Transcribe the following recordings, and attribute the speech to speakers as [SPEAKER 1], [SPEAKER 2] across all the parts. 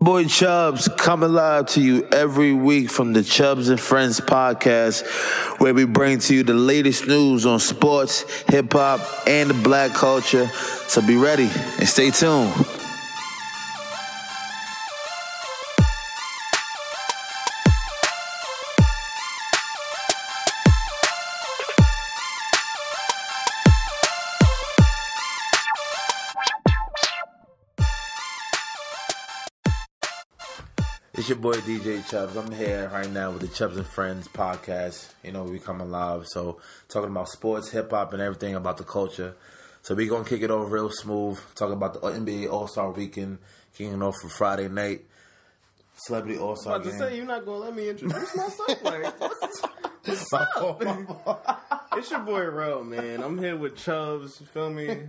[SPEAKER 1] Boy Chubbs coming live to you every week from the Chubbs and Friends podcast, where we bring to you the latest news on sports, hip hop, and the black culture. So be ready and stay tuned. It's your boy DJ Chubbs. I'm here right now with the Chubbs and Friends podcast. You know, we coming live, so talking about sports, hip hop, and everything about the culture. So we gonna kick it off real smooth. Talk about the NBA All Star Weekend, kicking off for Friday night. Celebrity All Star
[SPEAKER 2] about to
[SPEAKER 1] game.
[SPEAKER 2] say you're not gonna let me introduce myself. Like, what's-
[SPEAKER 1] My fault, my fault.
[SPEAKER 2] it's your boy Rel, man. I'm here with Chubbs. You feel me?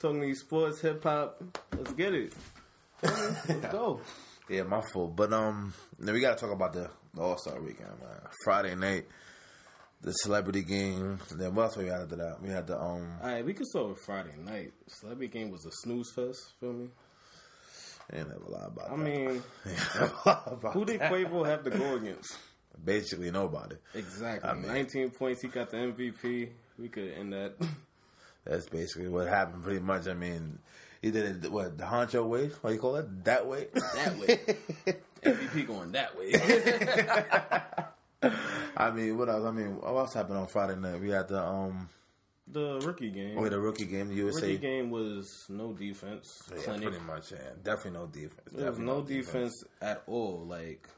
[SPEAKER 2] Talking these sports, hip hop. Let's get it. Let's go.
[SPEAKER 1] Yeah, my fault. But um, then we gotta talk about the All Star Weekend, man. Friday night, the celebrity game. Then what else we had after that? We had the um,
[SPEAKER 2] All right, we can start with Friday night. Celebrity game was a snooze fest. Feel me?
[SPEAKER 1] I ain't never lie about
[SPEAKER 2] I
[SPEAKER 1] that.
[SPEAKER 2] mean,
[SPEAKER 1] Ain't never lie about
[SPEAKER 2] who did
[SPEAKER 1] that.
[SPEAKER 2] Quavo have to go against?
[SPEAKER 1] Basically nobody.
[SPEAKER 2] Exactly.
[SPEAKER 1] mean-
[SPEAKER 2] 19 points. He got the MVP. We could end that.
[SPEAKER 1] That's basically what happened. Pretty much. I mean, he did it. What the honcho way? What do you call it? That way.
[SPEAKER 2] That way. MVP going that way.
[SPEAKER 1] I mean, what else? I mean, what else happened on Friday night? We had the um,
[SPEAKER 2] the rookie game.
[SPEAKER 1] we had the rookie game, the USA.
[SPEAKER 2] rookie game was no defense.
[SPEAKER 1] Yeah,
[SPEAKER 2] Clinic.
[SPEAKER 1] pretty much. Yeah, definitely no defense.
[SPEAKER 2] There was
[SPEAKER 1] Definitely
[SPEAKER 2] no defense at all. Like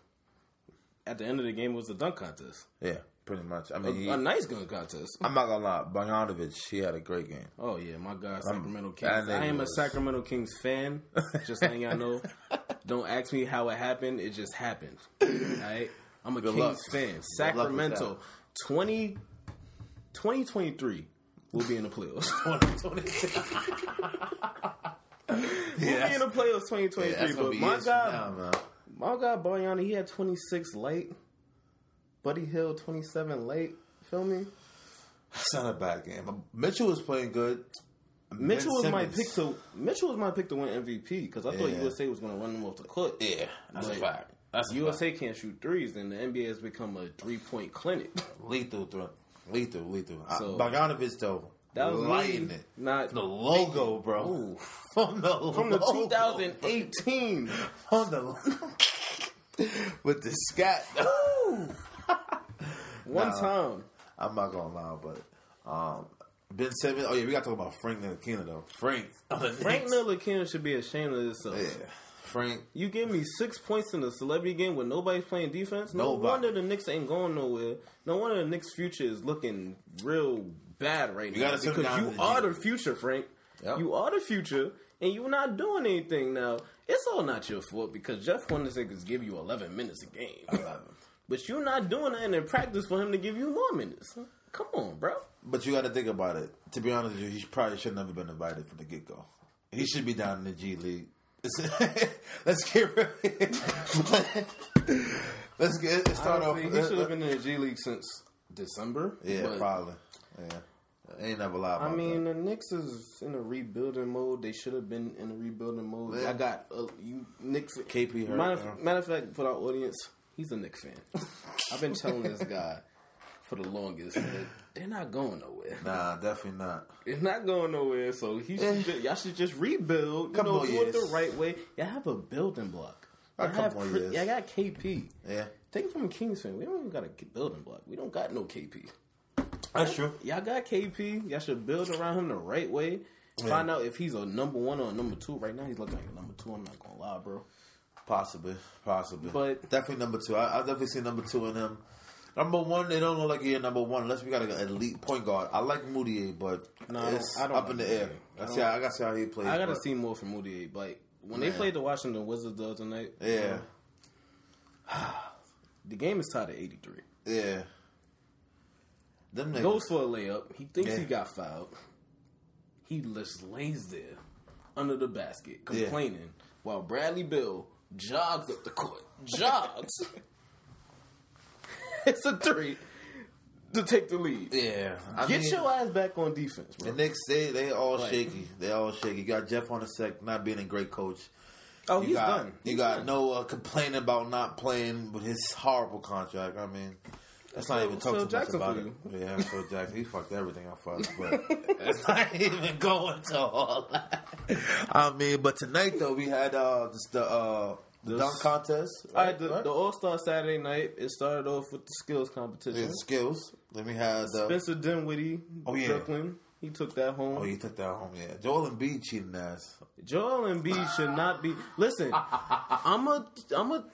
[SPEAKER 2] at the end of the game it was a dunk contest,
[SPEAKER 1] Yeah, pretty much. I mean, he-
[SPEAKER 2] a nice dunk contest.
[SPEAKER 1] I'm not gonna lie, Bogdanovich, he had a great game.
[SPEAKER 2] Oh yeah, my God, Sacramento
[SPEAKER 1] that
[SPEAKER 2] Kings.
[SPEAKER 1] nigga
[SPEAKER 2] I am a
[SPEAKER 1] was-
[SPEAKER 2] Sacramento Kings fan. Just letting y'all know. Don't ask me how it happened. It just happened. All right, I'm a Kings
[SPEAKER 1] luck.
[SPEAKER 2] fan.
[SPEAKER 1] luck with
[SPEAKER 2] Sacramento, 20, 2023 will be in the playoffs. We'll be in the playoffs twenty twenty three. But my God, My guy Boyan, he had 26 late. Buddy Hill 27 late. Feel me?
[SPEAKER 1] It's not a bad game. Mitchell was playing good.
[SPEAKER 2] Mitchell was my
[SPEAKER 1] Simmons.
[SPEAKER 2] pick to Mitchell was my pick to win MVP because I thought
[SPEAKER 1] Yeah.
[SPEAKER 2] USA was going to run them off the court.
[SPEAKER 1] Yeah, that's
[SPEAKER 2] But
[SPEAKER 1] a fact. That's USA
[SPEAKER 2] USA can't shoot threes, and the NBA has become a three point clinic.
[SPEAKER 1] lethal threat, lethal, lethal.
[SPEAKER 2] So-
[SPEAKER 1] So, Uh, Bogdanovich though,
[SPEAKER 2] That was
[SPEAKER 1] lighting
[SPEAKER 2] me,
[SPEAKER 1] it.
[SPEAKER 2] Not
[SPEAKER 1] The logo, bro.
[SPEAKER 2] Ooh.
[SPEAKER 1] From the
[SPEAKER 2] from the
[SPEAKER 1] logo.
[SPEAKER 2] 2018.
[SPEAKER 1] From the with the scat.
[SPEAKER 2] One
[SPEAKER 1] Nah.
[SPEAKER 2] time.
[SPEAKER 1] I'm not gonna lie, but um, Ben Simmons. Oh yeah, we gotta talk about Frank Ntilikina though. Frank,
[SPEAKER 2] Frank Ntilikina should be ashamed of himself.
[SPEAKER 1] Yeah, Frank.
[SPEAKER 2] You give me six points in a celebrity game when nobody's playing defense. No
[SPEAKER 1] Nobody.
[SPEAKER 2] wonder the Knicks ain't going nowhere. No wonder the Knicks' future is looking real bad right now
[SPEAKER 1] gotta sit
[SPEAKER 2] because
[SPEAKER 1] down
[SPEAKER 2] you
[SPEAKER 1] and
[SPEAKER 2] are
[SPEAKER 1] do
[SPEAKER 2] the future, Frank.
[SPEAKER 1] Yep.
[SPEAKER 2] You are the future, and you're not doing anything now. It's all not your fault because Jeff Hornacek is give you 11 minutes a game, but you're not doing that in practice for him to give you more minutes. Come on, bro.
[SPEAKER 1] But you got to think about it. To be honest with you, he probably should never been invited from the get go. He should be down in the G League. Let's get real. Let's get let's start
[SPEAKER 2] Honestly,
[SPEAKER 1] off.
[SPEAKER 2] he should have been in the G League since December.
[SPEAKER 1] uh, yeah,
[SPEAKER 2] but-
[SPEAKER 1] probably. Yeah, ain't never lie. About
[SPEAKER 2] I mean, the Knicks is in a rebuilding mode. They should have been in a rebuilding mode.
[SPEAKER 1] Yeah.
[SPEAKER 2] I got uh, you Knicks.
[SPEAKER 1] KP hurt,
[SPEAKER 2] Matter, of-
[SPEAKER 1] yeah.
[SPEAKER 2] matter of fact, for our audience, he's a Knicks fan. I've been telling this guy for the longest that they're not going nowhere.
[SPEAKER 1] that. nah, definitely not.
[SPEAKER 2] It's not going nowhere. So he should ju- y'all should just rebuild. You
[SPEAKER 1] Couple
[SPEAKER 2] know,
[SPEAKER 1] more
[SPEAKER 2] do it
[SPEAKER 1] years.
[SPEAKER 2] the right way. Y'all have a building block.
[SPEAKER 1] A
[SPEAKER 2] Y'all have
[SPEAKER 1] couple more
[SPEAKER 2] cri-
[SPEAKER 1] years.
[SPEAKER 2] Y'all got KP.
[SPEAKER 1] Yeah,
[SPEAKER 2] Take it from a Kings fan. We don't even got a building block. We don't got no KP.
[SPEAKER 1] that's true.
[SPEAKER 2] Y'all got KP. Y'all should build around him the right way. Find out if he's a number one or a number two. Right now, he's looking like a number two. I'm not gonna lie, bro.
[SPEAKER 1] Possibly, possibly,
[SPEAKER 2] But-
[SPEAKER 1] definitely number two. I, I definitely see number two in him. Number one, they don't look like you're number one unless we got an elite point guard. I like Moody, but
[SPEAKER 2] No, I don't-
[SPEAKER 1] it's
[SPEAKER 2] I don't
[SPEAKER 1] up
[SPEAKER 2] like
[SPEAKER 1] in the air.
[SPEAKER 2] Moutier. I
[SPEAKER 1] I,
[SPEAKER 2] don't-
[SPEAKER 1] see. How, I gotta see how he plays.
[SPEAKER 2] I gotta
[SPEAKER 1] but-
[SPEAKER 2] see more from Moody. Like when they played the Washington Wizards the other night,
[SPEAKER 1] Yeah,
[SPEAKER 2] the game is tied at 83.
[SPEAKER 1] yeah. Them niggas.
[SPEAKER 2] Goes for a layup. He thinks he
[SPEAKER 1] Yeah.
[SPEAKER 2] got fouled. He just lays there under the basket complaining while Bradley Bill jogs up the court. Jogs. it's a three to take the lead.
[SPEAKER 1] yeah, I
[SPEAKER 2] Get
[SPEAKER 1] mean,
[SPEAKER 2] your ass back on defense, bro.
[SPEAKER 1] The Knicks, they they all shaky. They all shaky. You got Jeff on the sec, not being a great coach.
[SPEAKER 2] Oh,
[SPEAKER 1] You
[SPEAKER 2] he's
[SPEAKER 1] got,
[SPEAKER 2] done.
[SPEAKER 1] You
[SPEAKER 2] He's
[SPEAKER 1] got
[SPEAKER 2] done.
[SPEAKER 1] Noah complaining about not playing with his horrible contract. I mean, let's not
[SPEAKER 2] Phil-
[SPEAKER 1] even talk
[SPEAKER 2] Phil
[SPEAKER 1] too
[SPEAKER 2] Jackson
[SPEAKER 1] much
[SPEAKER 2] for
[SPEAKER 1] about it. Yeah, Phil Jackson, he fucked everything I fucked, but it's not even going to all that. I mean, but tonight though we had uh this, the uh the
[SPEAKER 2] This-
[SPEAKER 1] dunk contest.
[SPEAKER 2] All
[SPEAKER 1] Right,
[SPEAKER 2] right, the,
[SPEAKER 1] Right?
[SPEAKER 2] the All Star Saturday night. It started off with the skills competition.
[SPEAKER 1] Yeah, skills. Then we had uh, the
[SPEAKER 2] Spencer Dinwiddie,
[SPEAKER 1] Oh, yeah.
[SPEAKER 2] Brooklyn. He took that home.
[SPEAKER 1] Oh, you took that home, yeah. Joel and B cheating ass.
[SPEAKER 2] Joel Embiid should not be. Listen, I'm a, I'm a.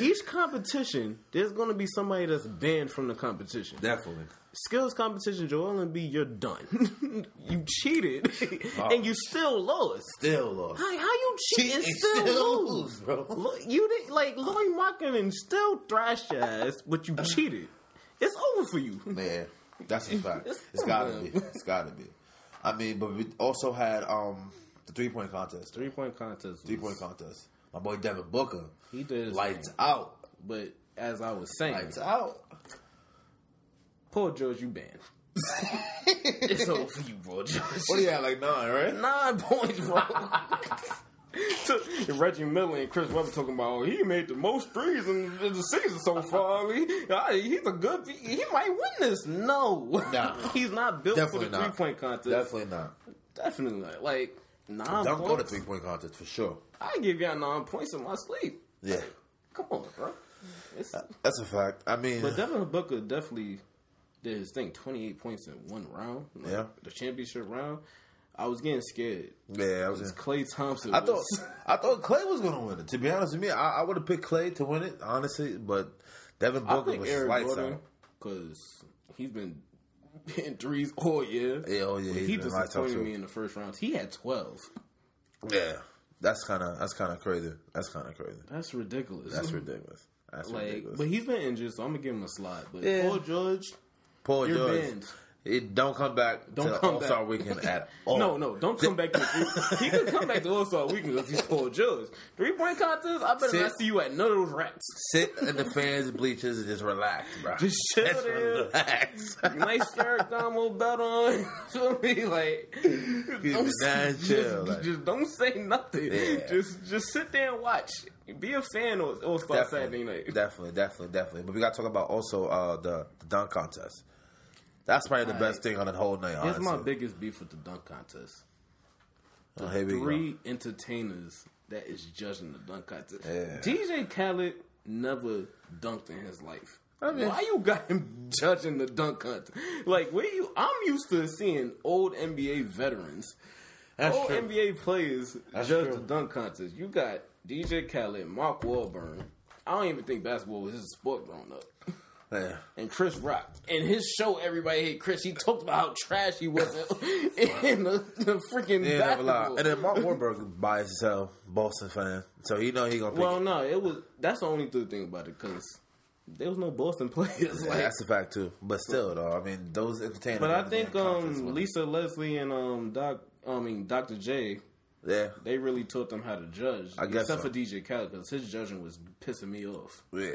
[SPEAKER 2] Each competition, there's going to be somebody that's banned from the competition.
[SPEAKER 1] Definitely.
[SPEAKER 2] Skills competition, Joel Embiid, you're done. you cheated,
[SPEAKER 1] Oh.
[SPEAKER 2] and you still lost.
[SPEAKER 1] Still lost.
[SPEAKER 2] How, how you cheat and
[SPEAKER 1] Cheat
[SPEAKER 2] still, lose?
[SPEAKER 1] bro.
[SPEAKER 2] Lo- You did like Lori Markkinen still thrashed your ass, but you cheated. It's over for you.
[SPEAKER 1] Yeah, that's a fact.
[SPEAKER 2] It's
[SPEAKER 1] it's gotta
[SPEAKER 2] over.
[SPEAKER 1] be. It's gotta be. I mean, but we also had um the three point contest.
[SPEAKER 2] Three point contest.
[SPEAKER 1] Three point contest. My boy Devin Booker.
[SPEAKER 2] He did his
[SPEAKER 1] lights
[SPEAKER 2] thing.
[SPEAKER 1] out.
[SPEAKER 2] But as I was saying,
[SPEAKER 1] Lights out.
[SPEAKER 2] Paul George, you banned. it's over for you, Paul George.
[SPEAKER 1] What do you have? Like nine, right?
[SPEAKER 2] Nine points, bro. And Reggie Miller and Chris Webber talking about oh, he made the most threes in, in the season so far. I mean, all right, he's a good. He might win this. No,
[SPEAKER 1] Nah.
[SPEAKER 2] he's not built
[SPEAKER 1] Definitely
[SPEAKER 2] for the three
[SPEAKER 1] not.
[SPEAKER 2] point contest.
[SPEAKER 1] Definitely not.
[SPEAKER 2] Definitely not. Like nine
[SPEAKER 1] Don't go to
[SPEAKER 2] points.
[SPEAKER 1] three point contest for sure.
[SPEAKER 2] I give y'all nine points in my sleep.
[SPEAKER 1] Yeah,
[SPEAKER 2] Come on, bro. It's,
[SPEAKER 1] that's a fact. I mean,
[SPEAKER 2] but Devin Booker definitely did his thing. Twenty eight points in one round. Like,
[SPEAKER 1] Yeah.
[SPEAKER 2] the championship round. I was getting scared.
[SPEAKER 1] yeah, I was. Just,
[SPEAKER 2] Clay Thompson.
[SPEAKER 1] I
[SPEAKER 2] was-
[SPEAKER 1] thought I thought Clay was gonna win it. To be honest with me, I, I would have picked Clay to win it, honestly. But Devin
[SPEAKER 2] I
[SPEAKER 1] Booker
[SPEAKER 2] think
[SPEAKER 1] was
[SPEAKER 2] Eric
[SPEAKER 1] lights
[SPEAKER 2] Gordon
[SPEAKER 1] out.
[SPEAKER 2] because he's been hitting threes all year.
[SPEAKER 1] Yeah, oh yeah, he's
[SPEAKER 2] he
[SPEAKER 1] been lights out
[SPEAKER 2] disappointed
[SPEAKER 1] too.
[SPEAKER 2] me in the first round. He had twelve.
[SPEAKER 1] Yeah, that's kind of that's kind of crazy. That's kind of crazy.
[SPEAKER 2] That's ridiculous.
[SPEAKER 1] That's ridiculous. That's
[SPEAKER 2] like,
[SPEAKER 1] ridiculous.
[SPEAKER 2] but he's been injured, so I'm gonna give him a slide. But
[SPEAKER 1] Yeah.
[SPEAKER 2] Paul George,
[SPEAKER 1] Paul
[SPEAKER 2] you're
[SPEAKER 1] George,
[SPEAKER 2] banned.
[SPEAKER 1] it don't come back
[SPEAKER 2] Don't
[SPEAKER 1] to
[SPEAKER 2] come
[SPEAKER 1] All Star
[SPEAKER 2] back.
[SPEAKER 1] Weekend at all.
[SPEAKER 2] No, no, don't come back to the He could come back to All Star Weekend if he's Paul George. Three point contest, I better
[SPEAKER 1] Sit.
[SPEAKER 2] not see you at none of those racks.
[SPEAKER 1] Sit in the fans' bleachers and just relax, bro.
[SPEAKER 2] Just chill
[SPEAKER 1] Just
[SPEAKER 2] there.
[SPEAKER 1] relax.
[SPEAKER 2] Nice Ferragamo belt on. Feel me? Like, don't,
[SPEAKER 1] just mad
[SPEAKER 2] just,
[SPEAKER 1] chill, like-
[SPEAKER 2] just don't say nothing.
[SPEAKER 1] Yeah.
[SPEAKER 2] Just just sit there and watch. Be a fan of All Star Saturday
[SPEAKER 1] definitely,
[SPEAKER 2] night.
[SPEAKER 1] definitely, definitely, definitely. But we got to talk about also uh, the, the dunk contest. That's probably the best thing on the whole night.
[SPEAKER 2] That's
[SPEAKER 1] Honestly,
[SPEAKER 2] my biggest beef with the dunk contest.
[SPEAKER 1] Oh, here we go.
[SPEAKER 2] Three entertainers that is judging the dunk contest.
[SPEAKER 1] Yeah.
[SPEAKER 2] DJ Khaled never dunked in his life.
[SPEAKER 1] I mean-
[SPEAKER 2] Why you got him judging the dunk contest? Like, where you? I'm used to seeing old NBA veterans,
[SPEAKER 1] That's
[SPEAKER 2] old
[SPEAKER 1] true.
[SPEAKER 2] NBA players
[SPEAKER 1] That's
[SPEAKER 2] judge
[SPEAKER 1] true.
[SPEAKER 2] the dunk contest. You got DJ Khaled, Mark Wahlberg. I don't even think basketball was his sport growing up
[SPEAKER 1] Yeah.
[SPEAKER 2] and Chris Rock. In his show, everybody hate Chris. He talked about how trash he was in the, the freaking
[SPEAKER 1] Yeah, never lie.
[SPEAKER 2] basketball.
[SPEAKER 1] And then Mark Wahlberg buys himself Boston fan, so he know he gonna pick.
[SPEAKER 2] well, no, it was. That's the only good thing about it because there was no Boston players.
[SPEAKER 1] Yeah,
[SPEAKER 2] like-
[SPEAKER 1] that's a fact too. But still, though, I mean, those entertainers.
[SPEAKER 2] but I
[SPEAKER 1] have to be in
[SPEAKER 2] think
[SPEAKER 1] conference
[SPEAKER 2] um,
[SPEAKER 1] with-
[SPEAKER 2] Lisa Leslie and um, Doc, I mean Dr. J,
[SPEAKER 1] yeah,
[SPEAKER 2] they really taught them how to judge.
[SPEAKER 1] I guess
[SPEAKER 2] except
[SPEAKER 1] so.
[SPEAKER 2] for DJ Khaled because his judging was pissing me off.
[SPEAKER 1] yeah.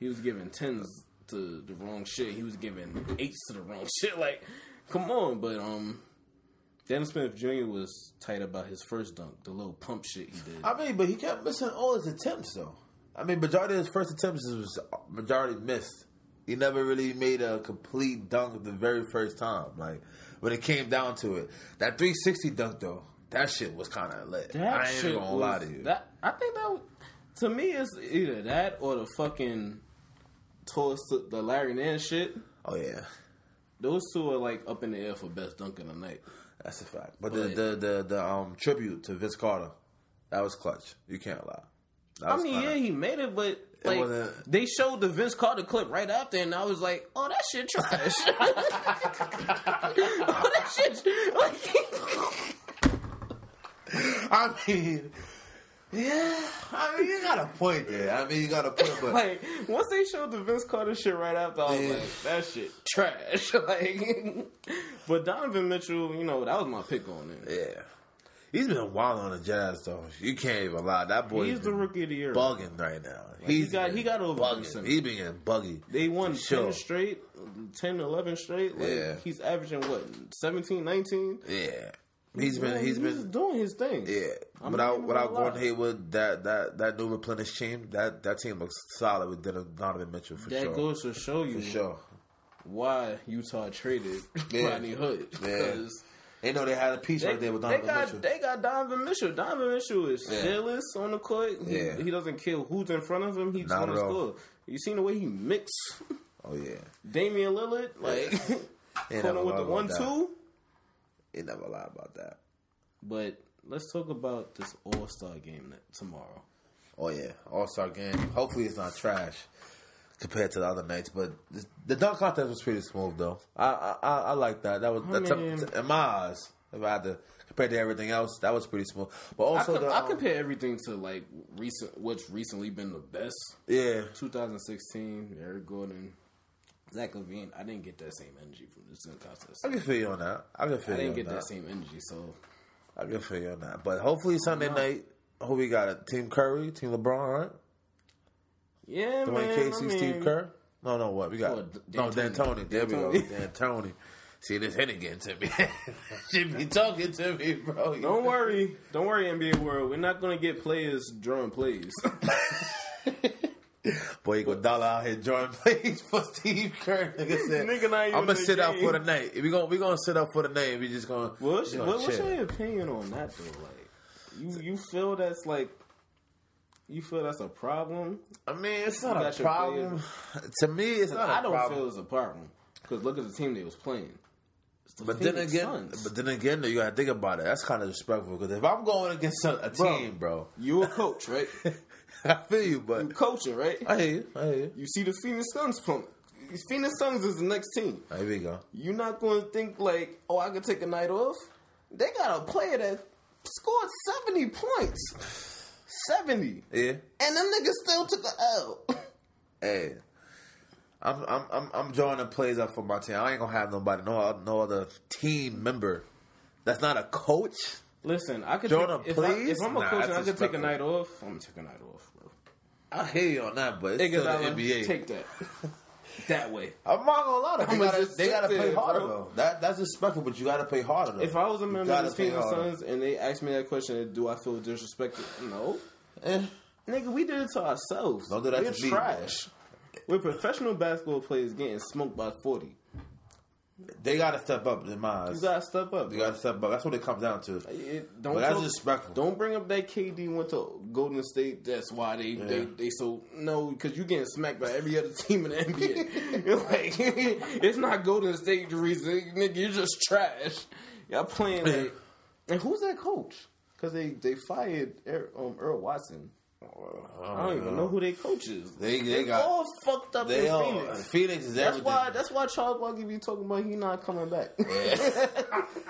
[SPEAKER 2] He was giving tens to the wrong shit. He was giving eights to the wrong shit. Like, come on, but um, Dennis Smith Jr. was tight about his first dunk, the little pump shit he did.
[SPEAKER 1] I mean, but he kept missing all his attempts, though. I mean, majority of his first attempts was uh, majority missed. He never really made a complete dunk the very first time. Like when it came down to it, that 360 dunk though, that shit was kind of lit. I ain't even gonna lie to you.
[SPEAKER 2] That I think that to me is either that or the fucking toss to the Larry Nance shit.
[SPEAKER 1] oh yeah,
[SPEAKER 2] Those two are like up in the air for best dunk of the night.
[SPEAKER 1] that's a fact. But
[SPEAKER 2] But-
[SPEAKER 1] the, the the the um tribute to Vince Carter, that was clutch. You can't lie. That
[SPEAKER 2] I
[SPEAKER 1] was
[SPEAKER 2] mean,
[SPEAKER 1] kinda-
[SPEAKER 2] yeah, he made it, but like
[SPEAKER 1] wasn't-
[SPEAKER 2] they showed the Vince Carter clip right after, and I was like, "Oh, that shit trash." oh, that shit. Like,
[SPEAKER 1] I mean, yeah. I mean, you got a point there. I mean, you got a point, but
[SPEAKER 2] like once they showed the Vince Carter shit right after, I was
[SPEAKER 1] Yeah.
[SPEAKER 2] like, "That shit trash." like, but Donovan Mitchell, you know, that was my pick on it.
[SPEAKER 1] yeah, he's been wild on the Jazz though. You can't even lie. That boy
[SPEAKER 2] He's the rookie of the year.
[SPEAKER 1] bugging right now. he's
[SPEAKER 2] he got-
[SPEAKER 1] been
[SPEAKER 2] he got over
[SPEAKER 1] bugging.
[SPEAKER 2] himself.
[SPEAKER 1] He's been getting buggy.
[SPEAKER 2] They won
[SPEAKER 1] Sure.
[SPEAKER 2] 10 straight, 10, 11 straight. Like,
[SPEAKER 1] Yeah.
[SPEAKER 2] He's averaging, what, 17, 19?
[SPEAKER 1] Yeah, He's been he's
[SPEAKER 2] he's
[SPEAKER 1] been
[SPEAKER 2] doing his thing.
[SPEAKER 1] yeah.
[SPEAKER 2] I'm not
[SPEAKER 1] without
[SPEAKER 2] even
[SPEAKER 1] without
[SPEAKER 2] gonna
[SPEAKER 1] Gordon
[SPEAKER 2] lie.
[SPEAKER 1] Hayward, that that that new replenished team, that that team looks solid with Don- Donovan Mitchell for
[SPEAKER 2] That
[SPEAKER 1] sure.
[SPEAKER 2] goes to show you
[SPEAKER 1] for sure.
[SPEAKER 2] why Utah traded
[SPEAKER 1] Yeah.
[SPEAKER 2] Rodney Hood
[SPEAKER 1] Yeah.
[SPEAKER 2] because
[SPEAKER 1] They know they had a piece right there with Donovan
[SPEAKER 2] they got
[SPEAKER 1] Mitchell.
[SPEAKER 2] they got Donovan Mitchell. Donovan Mitchell is
[SPEAKER 1] Yeah.
[SPEAKER 2] fearless on the court. He,
[SPEAKER 1] Yeah.
[SPEAKER 2] he doesn't care who's in front of him. He's
[SPEAKER 1] Not
[SPEAKER 2] going to
[SPEAKER 1] at all.
[SPEAKER 2] score. You seen the way he mix
[SPEAKER 1] oh yeah,
[SPEAKER 2] Damian Lillard like
[SPEAKER 1] They never
[SPEAKER 2] corner with
[SPEAKER 1] lie
[SPEAKER 2] the
[SPEAKER 1] about
[SPEAKER 2] one
[SPEAKER 1] that.
[SPEAKER 2] two.
[SPEAKER 1] They never lie about that.
[SPEAKER 2] But let's talk about this All Star game that, tomorrow.
[SPEAKER 1] Oh yeah, All Star game. Hopefully it's not trash compared to the other nights. But this, the dunk contest was pretty smooth though. I I, I, I like that. That was
[SPEAKER 2] I
[SPEAKER 1] that took-
[SPEAKER 2] mean-
[SPEAKER 1] in my eyes. If I had to compare to everything else, that was pretty smooth. But also,
[SPEAKER 2] I, co-
[SPEAKER 1] the,
[SPEAKER 2] I
[SPEAKER 1] um,
[SPEAKER 2] compare everything to like recent what's recently been the best.
[SPEAKER 1] yeah,
[SPEAKER 2] 2016, Eric Gordon, Zach Levine. I didn't get that same energy from this dunk contest.
[SPEAKER 1] I can feel you on that. I can feel
[SPEAKER 2] I
[SPEAKER 1] you
[SPEAKER 2] didn't
[SPEAKER 1] on
[SPEAKER 2] get
[SPEAKER 1] that.
[SPEAKER 2] that same energy, so
[SPEAKER 1] I can feel you on that. But hopefully Sunday night, who we got? Team Curry, Team LeBron, right?
[SPEAKER 2] yeah,
[SPEAKER 1] Dwayne
[SPEAKER 2] man.
[SPEAKER 1] Casey,
[SPEAKER 2] I mean,
[SPEAKER 1] Steve Kerr. No, no, what we got?
[SPEAKER 2] Oh, D-
[SPEAKER 1] no,
[SPEAKER 2] D'Antoni.
[SPEAKER 1] D'Antoni. There we go,
[SPEAKER 2] D'Antoni.
[SPEAKER 1] D'Antoni. See, this hitting getting to me. she be talking to me, bro. You
[SPEAKER 2] Don't worry, don't worry, NBA world. We're not gonna get players drawing plays.
[SPEAKER 1] Boy, Iguodala out here drawing plays for Steve Kerr. Nigga said,
[SPEAKER 2] Nigga not even
[SPEAKER 1] "I'm
[SPEAKER 2] in
[SPEAKER 1] gonna
[SPEAKER 2] the
[SPEAKER 1] sit out
[SPEAKER 2] game."
[SPEAKER 1] for the night. We gonna we gonna sit out for the night. We just gonna
[SPEAKER 2] what's,
[SPEAKER 1] we gonna
[SPEAKER 2] what, what's
[SPEAKER 1] chill."
[SPEAKER 2] your opinion on that though? Like, you you feel that's like, you feel that's a problem?
[SPEAKER 1] I mean, it's not
[SPEAKER 2] got
[SPEAKER 1] a
[SPEAKER 2] your
[SPEAKER 1] problem. To me, it's not.
[SPEAKER 2] I
[SPEAKER 1] I
[SPEAKER 2] don't
[SPEAKER 1] problem.
[SPEAKER 2] feel it's a problem because look at the team they was playing. It's the
[SPEAKER 1] But then
[SPEAKER 2] Phoenix
[SPEAKER 1] again,
[SPEAKER 2] Suns.
[SPEAKER 1] but then again, though, you gotta think about it. That's kind of respectful because if I'm going against a, a
[SPEAKER 2] Bro.
[SPEAKER 1] team, bro,
[SPEAKER 2] you a coach, right?
[SPEAKER 1] I feel you, but
[SPEAKER 2] you coaching, right?
[SPEAKER 1] I hear you. I hear you.
[SPEAKER 2] You see the Phoenix Suns plummet. Phoenix Suns is the next team.
[SPEAKER 1] All right, here we go.
[SPEAKER 2] You're not going to think like, oh, I could take a night off. They got a player that scored 70 points. 70.
[SPEAKER 1] Yeah.
[SPEAKER 2] And them niggas still took a L.
[SPEAKER 1] Hey. I'm I'm I'm I'm drawing the plays up for my team. I ain't gonna have nobody, no no other team member. That's not a coach.
[SPEAKER 2] Listen, I could
[SPEAKER 1] Jordan,
[SPEAKER 2] take, if, I,
[SPEAKER 1] please?
[SPEAKER 2] if I'm a
[SPEAKER 1] Nah,
[SPEAKER 2] coach and
[SPEAKER 1] that's
[SPEAKER 2] I could take a
[SPEAKER 1] disrespectful.
[SPEAKER 2] night off, I'm going to take a night off, bro.
[SPEAKER 1] I hear you on that, but it's
[SPEAKER 2] Niggas
[SPEAKER 1] still the
[SPEAKER 2] out
[SPEAKER 1] NBA.
[SPEAKER 2] here, take that. that way.
[SPEAKER 1] I'm not gonna lie, though. they
[SPEAKER 2] I'ma
[SPEAKER 1] gotta,
[SPEAKER 2] just
[SPEAKER 1] they
[SPEAKER 2] sit
[SPEAKER 1] gotta play
[SPEAKER 2] there,
[SPEAKER 1] harder
[SPEAKER 2] bro.
[SPEAKER 1] though. That that's respectful, but you gotta play harder. Though.
[SPEAKER 2] If I was a
[SPEAKER 1] You
[SPEAKER 2] member
[SPEAKER 1] gotta
[SPEAKER 2] of the
[SPEAKER 1] play
[SPEAKER 2] Phoenix
[SPEAKER 1] harder.
[SPEAKER 2] Suns and they asked me that question, do I feel disrespected? No.
[SPEAKER 1] Eh,
[SPEAKER 2] Nigga, we did it to ourselves.
[SPEAKER 1] Don't do that
[SPEAKER 2] We're
[SPEAKER 1] to me,
[SPEAKER 2] trash. We're professional basketball players getting smoked by 40.
[SPEAKER 1] they gotta step up in my
[SPEAKER 2] You
[SPEAKER 1] eyes.
[SPEAKER 2] gotta step up.
[SPEAKER 1] You gotta step up. That's what it comes down to.
[SPEAKER 2] It- don't
[SPEAKER 1] But that's
[SPEAKER 2] talk-
[SPEAKER 1] disrespectful.
[SPEAKER 2] Don't bring up that KD went to Golden State. That's why they they,
[SPEAKER 1] Yeah.
[SPEAKER 2] they so no because you getting smacked by every other team in the NBA. like it's not Golden State the reason, nigga. You're just trash. Y'all playing like and who's that coach? Because they they fired er, um, Earl Watson. I don't even know who they coach is.
[SPEAKER 1] Uh-huh. They- they got-
[SPEAKER 2] all fucked up
[SPEAKER 1] they
[SPEAKER 2] in
[SPEAKER 1] are.
[SPEAKER 2] Phoenix.
[SPEAKER 1] Phoenix is
[SPEAKER 2] That's
[SPEAKER 1] everything.
[SPEAKER 2] why. That's why Charles Walker be talking about he not coming back.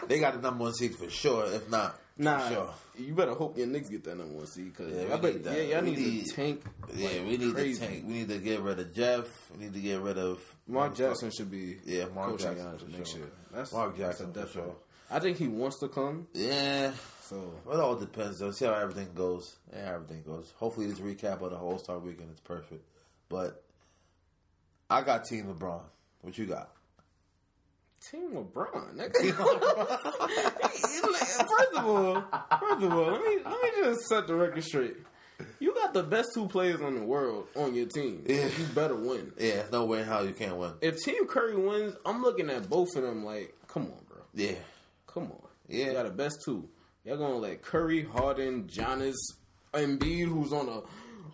[SPEAKER 1] they got the number one seed for sure. If not, for
[SPEAKER 2] Nah,
[SPEAKER 1] sure.
[SPEAKER 2] you better hope your Knicks get that number one seed because
[SPEAKER 1] Yeah, we
[SPEAKER 2] I bet
[SPEAKER 1] need that.
[SPEAKER 2] yeah, y'all
[SPEAKER 1] We
[SPEAKER 2] need,
[SPEAKER 1] need-
[SPEAKER 2] to tank.
[SPEAKER 1] Yeah,
[SPEAKER 2] like,
[SPEAKER 1] we need
[SPEAKER 2] crazy.
[SPEAKER 1] to tank. We need to get rid of Jeff. We need to get rid of
[SPEAKER 2] Mark Jackson should be
[SPEAKER 1] Yeah, Mark
[SPEAKER 2] coaching
[SPEAKER 1] Jackson
[SPEAKER 2] Giannis
[SPEAKER 1] for
[SPEAKER 2] next
[SPEAKER 1] sure.
[SPEAKER 2] year. That's
[SPEAKER 1] Mark
[SPEAKER 2] that's a
[SPEAKER 1] Jackson for
[SPEAKER 2] definite.
[SPEAKER 1] sure.
[SPEAKER 2] I think he wants to come.
[SPEAKER 1] Yeah.
[SPEAKER 2] So
[SPEAKER 1] Well, it all depends. though. see how everything goes. Yeah, how everything goes. Hopefully, this recap of the whole Star Weekend is perfect. But I got Team LeBron. What you got?
[SPEAKER 2] Team LeBron. nigga. first of all, first of all, let me let me just set the record straight. You got the best two players in the world on your team.
[SPEAKER 1] Yeah.
[SPEAKER 2] You better win.
[SPEAKER 1] Yeah, there's no way in hell you can't win.
[SPEAKER 2] If Team Curry wins, I'm looking at both of them like, come on, bro.
[SPEAKER 1] Yeah,
[SPEAKER 2] Come on.
[SPEAKER 1] Yeah.
[SPEAKER 2] You got the best two. Y'all gonna let Curry, Harden, Giannis, Embiid, who's on a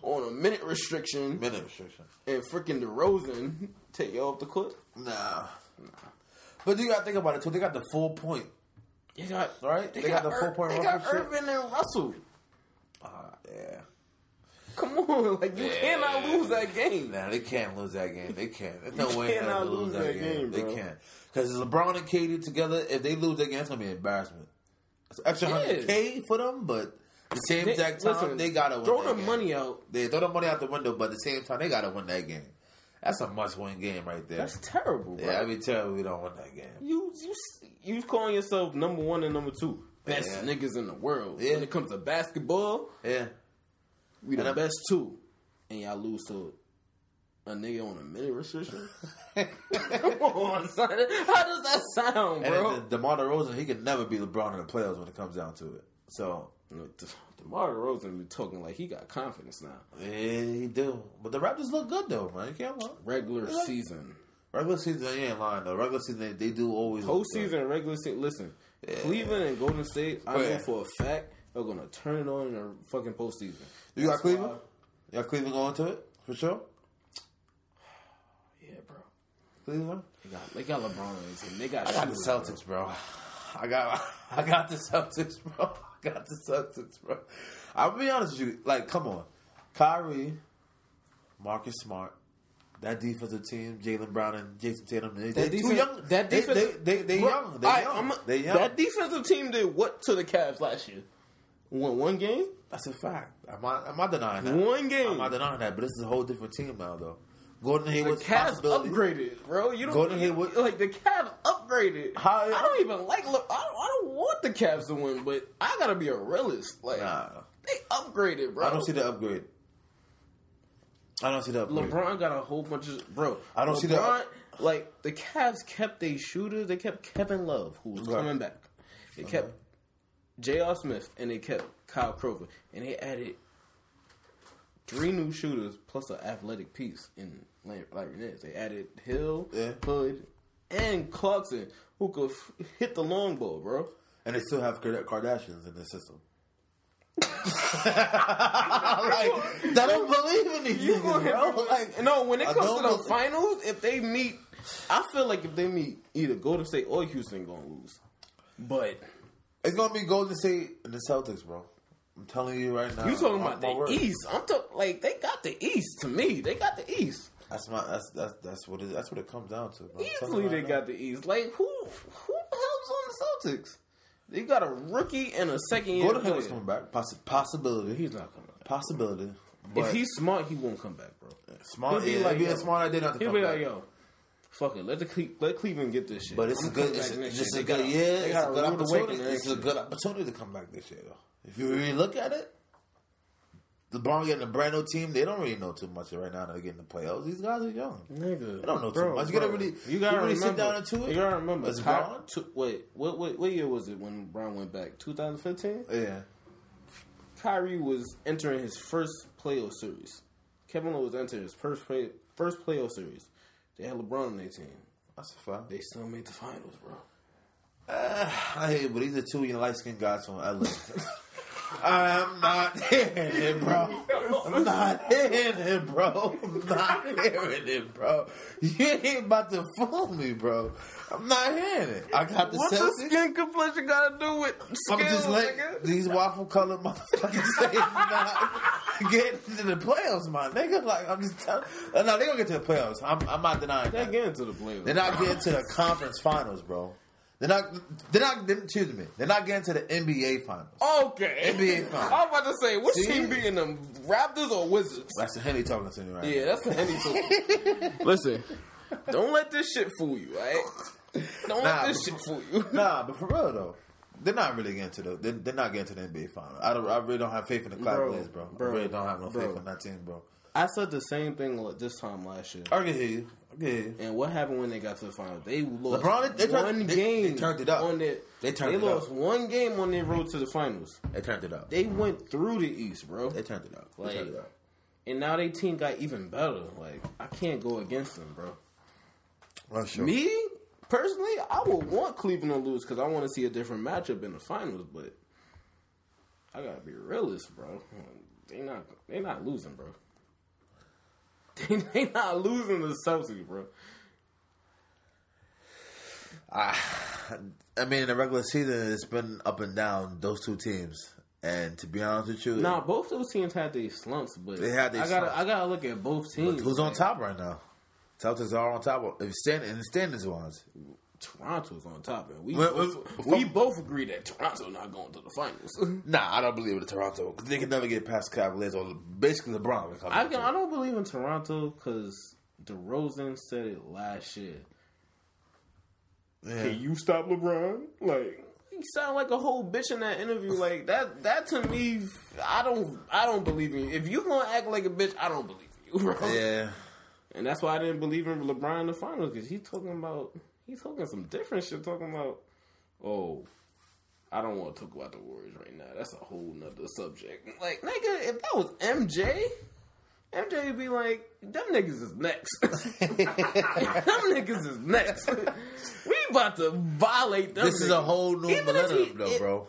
[SPEAKER 2] on a minute restriction,
[SPEAKER 1] minute restriction.
[SPEAKER 2] and freaking DeRozan take y'all off the court?
[SPEAKER 1] Nah. But you gotta think about it too. They got the full point.
[SPEAKER 2] They got
[SPEAKER 1] Right? They got the
[SPEAKER 2] Ir-
[SPEAKER 1] four-point
[SPEAKER 2] They got
[SPEAKER 1] record shit.
[SPEAKER 2] Irvin and Russell.
[SPEAKER 1] Ah, yeah.
[SPEAKER 2] Come on, like you
[SPEAKER 1] Yeah.
[SPEAKER 2] cannot lose that game.
[SPEAKER 1] Nah, they can't lose that game. They can't. There's no
[SPEAKER 2] You
[SPEAKER 1] way in hell
[SPEAKER 2] cannot
[SPEAKER 1] to lose that game. They
[SPEAKER 2] bro.
[SPEAKER 1] can't. Because LeBron and KD together, if they lose that game, it's gonna be an embarrassment. It's an extra
[SPEAKER 2] Yeah.
[SPEAKER 1] hundred K for them, but at the same
[SPEAKER 2] They-
[SPEAKER 1] exact time
[SPEAKER 2] listen,
[SPEAKER 1] they gotta win
[SPEAKER 2] throw
[SPEAKER 1] that
[SPEAKER 2] the
[SPEAKER 1] game.
[SPEAKER 2] money out.
[SPEAKER 1] They throw the money out the window, but at the same time they gotta win that game. That's a must win game right there.
[SPEAKER 2] That's terrible, bro.
[SPEAKER 1] yeah, I'd be terrible if we don't win that game.
[SPEAKER 2] you you you calling yourself number one and number two best
[SPEAKER 1] Yeah.
[SPEAKER 2] niggas in the world
[SPEAKER 1] Yeah.
[SPEAKER 2] when it comes to basketball.
[SPEAKER 1] Yeah.
[SPEAKER 2] We the
[SPEAKER 1] And I'm-
[SPEAKER 2] best two, and y'all lose to a nigga on a minute restriction? Come on, son. How does that sound,
[SPEAKER 1] And
[SPEAKER 2] bro?
[SPEAKER 1] then the- DeMar DeRozan, he could never be LeBron in the playoffs when it comes down to it. So
[SPEAKER 2] No, De- DeMar DeRozan been talking like he got confidence now.
[SPEAKER 1] yeah, he do. But the Raptors look good though, man. You can't lie.
[SPEAKER 2] Regular season,
[SPEAKER 1] Regular season, they ain't lying though. Regular season, they, they do always. look good.
[SPEAKER 2] postseason, and regular season. Listen, Cleveland and Golden State, I know
[SPEAKER 1] Yeah.
[SPEAKER 2] for a fact they're gonna turn it on in the fucking postseason.
[SPEAKER 1] You got
[SPEAKER 2] That's why-
[SPEAKER 1] Cleveland. You got Cleveland going to it for sure.
[SPEAKER 2] Yeah, bro.
[SPEAKER 1] Cleveland.
[SPEAKER 2] They got, they got LeBron on their team. They got,
[SPEAKER 1] I got the
[SPEAKER 2] shooters,
[SPEAKER 1] Celtics, bro. I got I got the Celtics, bro. I got the Celtics, bro. I'll be honest with you. Like, come on, Kyrie, Marcus Smart, that defensive team, Jalen Brown and Jason Tatum. They, they
[SPEAKER 2] That
[SPEAKER 1] too
[SPEAKER 2] defense-
[SPEAKER 1] young.
[SPEAKER 2] That
[SPEAKER 1] They-
[SPEAKER 2] defense,
[SPEAKER 1] They, they, they
[SPEAKER 2] Bro,
[SPEAKER 1] young. They
[SPEAKER 2] I-
[SPEAKER 1] young.
[SPEAKER 2] I'm a-
[SPEAKER 1] they young.
[SPEAKER 2] That defensive team did what to the Cavs last year? Won one game.
[SPEAKER 1] That's a fact. Am I am I denying that?
[SPEAKER 2] One game.
[SPEAKER 1] I'm not denying that. But this is a whole different team now, though. Gordon
[SPEAKER 2] The
[SPEAKER 1] Hayward's
[SPEAKER 2] Cavs
[SPEAKER 1] possibility.
[SPEAKER 2] upgraded, bro. You don't
[SPEAKER 1] Gordon Hayward-
[SPEAKER 2] like the Cavs upgraded.
[SPEAKER 1] How-
[SPEAKER 2] I don't even like. Look, I don't, I don't want the Cavs to win, but I gotta be a realist. Like
[SPEAKER 1] Nah,
[SPEAKER 2] they upgraded, bro.
[SPEAKER 1] I don't see the upgrade. I don't see the upgrade.
[SPEAKER 2] LeBron got a whole bunch of bro.
[SPEAKER 1] I don't
[SPEAKER 2] LeBron,
[SPEAKER 1] see the-
[SPEAKER 2] Like the Cavs kept they shooter. They kept Kevin Love, who was
[SPEAKER 1] Right. Uh-huh.
[SPEAKER 2] coming back. They kept J.R. Smith and they kept Kyle Kroger, and they added three new shooters plus an athletic piece in Larry Larry Nance. They added Hill,
[SPEAKER 1] Yeah.
[SPEAKER 2] Hood, and Clarkson, who could f- hit the long ball, bro.
[SPEAKER 1] And they still have Kar- Kardashians in the system. like, I don't believe in these
[SPEAKER 2] You gonna
[SPEAKER 1] niggas,
[SPEAKER 2] hit
[SPEAKER 1] bro. Like,
[SPEAKER 2] no, when it
[SPEAKER 1] I
[SPEAKER 2] comes to
[SPEAKER 1] don't
[SPEAKER 2] the
[SPEAKER 1] believe-
[SPEAKER 2] finals, if they meet, I feel like if they meet either Golden State or Houston, gonna lose. But
[SPEAKER 1] it's gonna be Golden State and the Celtics, bro. I'm telling you right now.
[SPEAKER 2] you talking
[SPEAKER 1] Mark
[SPEAKER 2] about
[SPEAKER 1] my
[SPEAKER 2] the
[SPEAKER 1] words.
[SPEAKER 2] East? I'm talking like they got the East to me. They got the East
[SPEAKER 1] That's my. That's that's that's what it, that's what it comes down to. Bro. I'm telling
[SPEAKER 2] easily.
[SPEAKER 1] you
[SPEAKER 2] They
[SPEAKER 1] right
[SPEAKER 2] got the East. Like who who the hell's on the Celtics? They got a rookie and a second
[SPEAKER 1] now.
[SPEAKER 2] year.
[SPEAKER 1] Gordon Hayward's
[SPEAKER 2] player.
[SPEAKER 1] coming back. Poss- possibility.
[SPEAKER 2] He's not coming. back.
[SPEAKER 1] possibility. But
[SPEAKER 2] if he's smart, he won't come back, bro.
[SPEAKER 1] smart,
[SPEAKER 2] he'll be
[SPEAKER 1] yeah,
[SPEAKER 2] like,
[SPEAKER 1] it'd be
[SPEAKER 2] yo.
[SPEAKER 1] a smart idea not to
[SPEAKER 2] He'll
[SPEAKER 1] come
[SPEAKER 2] be
[SPEAKER 1] back.
[SPEAKER 2] like, yo. Fuck it, let the Cle- let Cleveland get this shit.
[SPEAKER 1] But it's
[SPEAKER 2] I'm
[SPEAKER 1] a good,
[SPEAKER 2] coming
[SPEAKER 1] it's,
[SPEAKER 2] back
[SPEAKER 1] a-
[SPEAKER 2] next
[SPEAKER 1] it's
[SPEAKER 2] year.
[SPEAKER 1] a
[SPEAKER 2] They
[SPEAKER 1] good
[SPEAKER 2] got-
[SPEAKER 1] year.
[SPEAKER 2] they
[SPEAKER 1] It's
[SPEAKER 2] got
[SPEAKER 1] a good
[SPEAKER 2] rude
[SPEAKER 1] opportunity.
[SPEAKER 2] awakening
[SPEAKER 1] It's a good opportunity to come back this year, though. If you really look at it, LeBron getting a brand new team, they don't really know too much right now. They're getting the playoffs. These guys are young.
[SPEAKER 2] Nigga,
[SPEAKER 1] I don't know too much. You gotta really-
[SPEAKER 2] you gotta
[SPEAKER 1] you really
[SPEAKER 2] remember,
[SPEAKER 1] sit down and chew it?
[SPEAKER 2] You gotta remember.
[SPEAKER 1] Is
[SPEAKER 2] Ty-
[SPEAKER 1] Brown?
[SPEAKER 2] two- wait, what, what what year was it when Brown went back? 2015.
[SPEAKER 1] Yeah,
[SPEAKER 2] Kyrie was entering his first playoff series. Kevin Love was entering his first play, first playoff series. They had LeBron on their team.
[SPEAKER 1] that's a fact.
[SPEAKER 2] They still made the finals, bro.
[SPEAKER 1] I hate it, but these are two young light skinned guys from LA. I'm not hearing it, bro. I'm not hearing it, bro. I'm not hearing it, bro. You ain't about to fool me, bro. I'm not hearing it. I got the Celtics.
[SPEAKER 2] skin complexion got to do with
[SPEAKER 1] I'm just letting these waffle color motherfuckers say it's not getting to the playoffs, my nigga. Like I'm just telling. No, they gonna get to the playoffs. I'm, I'm not denying
[SPEAKER 2] They
[SPEAKER 1] that.
[SPEAKER 2] get into the playoffs.
[SPEAKER 1] They're not getting to the conference finals, bro. They're not. They're not. They're, excuse me. They're not getting to the NBA finals.
[SPEAKER 2] Okay,
[SPEAKER 1] NBA finals.
[SPEAKER 2] I'm about to say, what
[SPEAKER 1] See?
[SPEAKER 2] team being them Raptors or Wizards?
[SPEAKER 1] That's the Henny talking to me right now.
[SPEAKER 2] Yeah, that's the Henny talk. Listen, don't let this shit fool you, right? Don't
[SPEAKER 1] Nah,
[SPEAKER 2] let this shit
[SPEAKER 1] but-
[SPEAKER 2] fool you.
[SPEAKER 1] Nah, but for real though, they're not really getting to the. They're, they're not getting to the NBA finals. I, don't, I really don't have faith in the Cavaliers, bro.
[SPEAKER 2] bro,
[SPEAKER 1] I really don't have no
[SPEAKER 2] bro.
[SPEAKER 1] faith in that team, bro.
[SPEAKER 2] I said the same thing li- this time last year.
[SPEAKER 1] I can hear you. I can hear you.
[SPEAKER 2] And what happened when they got to the final? They lost
[SPEAKER 1] LeBron, they- they turned-
[SPEAKER 2] one
[SPEAKER 1] they- they
[SPEAKER 2] game.
[SPEAKER 1] turned it up.
[SPEAKER 2] On their,
[SPEAKER 1] They turned
[SPEAKER 2] They
[SPEAKER 1] it
[SPEAKER 2] lost
[SPEAKER 1] up.
[SPEAKER 2] one game on their road to the finals.
[SPEAKER 1] They turned it up.
[SPEAKER 2] They went through the East, bro.
[SPEAKER 1] They turned it up. They
[SPEAKER 2] Like-
[SPEAKER 1] turned it up.
[SPEAKER 2] and now their team got even better. Like I can't go against them, bro.
[SPEAKER 1] Well, sure.
[SPEAKER 2] Me personally, I would want Cleveland to lose because I want to see a different matchup in the finals. But I gotta be realist, bro. They not they not losing, bro. They, they not losing the Celtics, bro.
[SPEAKER 1] I mean, in the regular season, it's been up and down those two teams. And to be honest with you,
[SPEAKER 2] Now both those teams had their slumps, but
[SPEAKER 1] They had their
[SPEAKER 2] I gotta
[SPEAKER 1] slumps.
[SPEAKER 2] I gotta look at both teams.
[SPEAKER 1] who's on top right now? Celtics are on top of if stand in the standings wise.
[SPEAKER 2] Toronto's on top, and we
[SPEAKER 1] Well,
[SPEAKER 2] both,
[SPEAKER 1] well,
[SPEAKER 2] we both agree that Toronto not going to the finals.
[SPEAKER 1] Nah, I don't believe in Toronto 'cause they can never get past Cavaliers or basically LeBron. When it comes
[SPEAKER 2] I
[SPEAKER 1] to
[SPEAKER 2] can,
[SPEAKER 1] it.
[SPEAKER 2] I don't believe in Toronto because DeRozan said it last year.
[SPEAKER 1] Yeah.
[SPEAKER 2] Can you stop LeBron? Like he sound like a whole bitch in that interview. Like that that to me, I don't I don't believe in you. If you gonna act like a bitch, I don't believe in you, bro.
[SPEAKER 1] Yeah.
[SPEAKER 2] And that's why I didn't believe in LeBron in the finals because he's talking about he's talking some different shit. Talking about oh, I don't want to talk about the Warriors right now. That's a whole nother subject. Like nigga, if that was MJ, MJ would be like, them niggas is next. them niggas is next. we about to violate them.
[SPEAKER 1] This is a
[SPEAKER 2] niggas.
[SPEAKER 1] whole new
[SPEAKER 2] Even if
[SPEAKER 1] millennium,
[SPEAKER 2] he-
[SPEAKER 1] though,
[SPEAKER 2] it-
[SPEAKER 1] bro.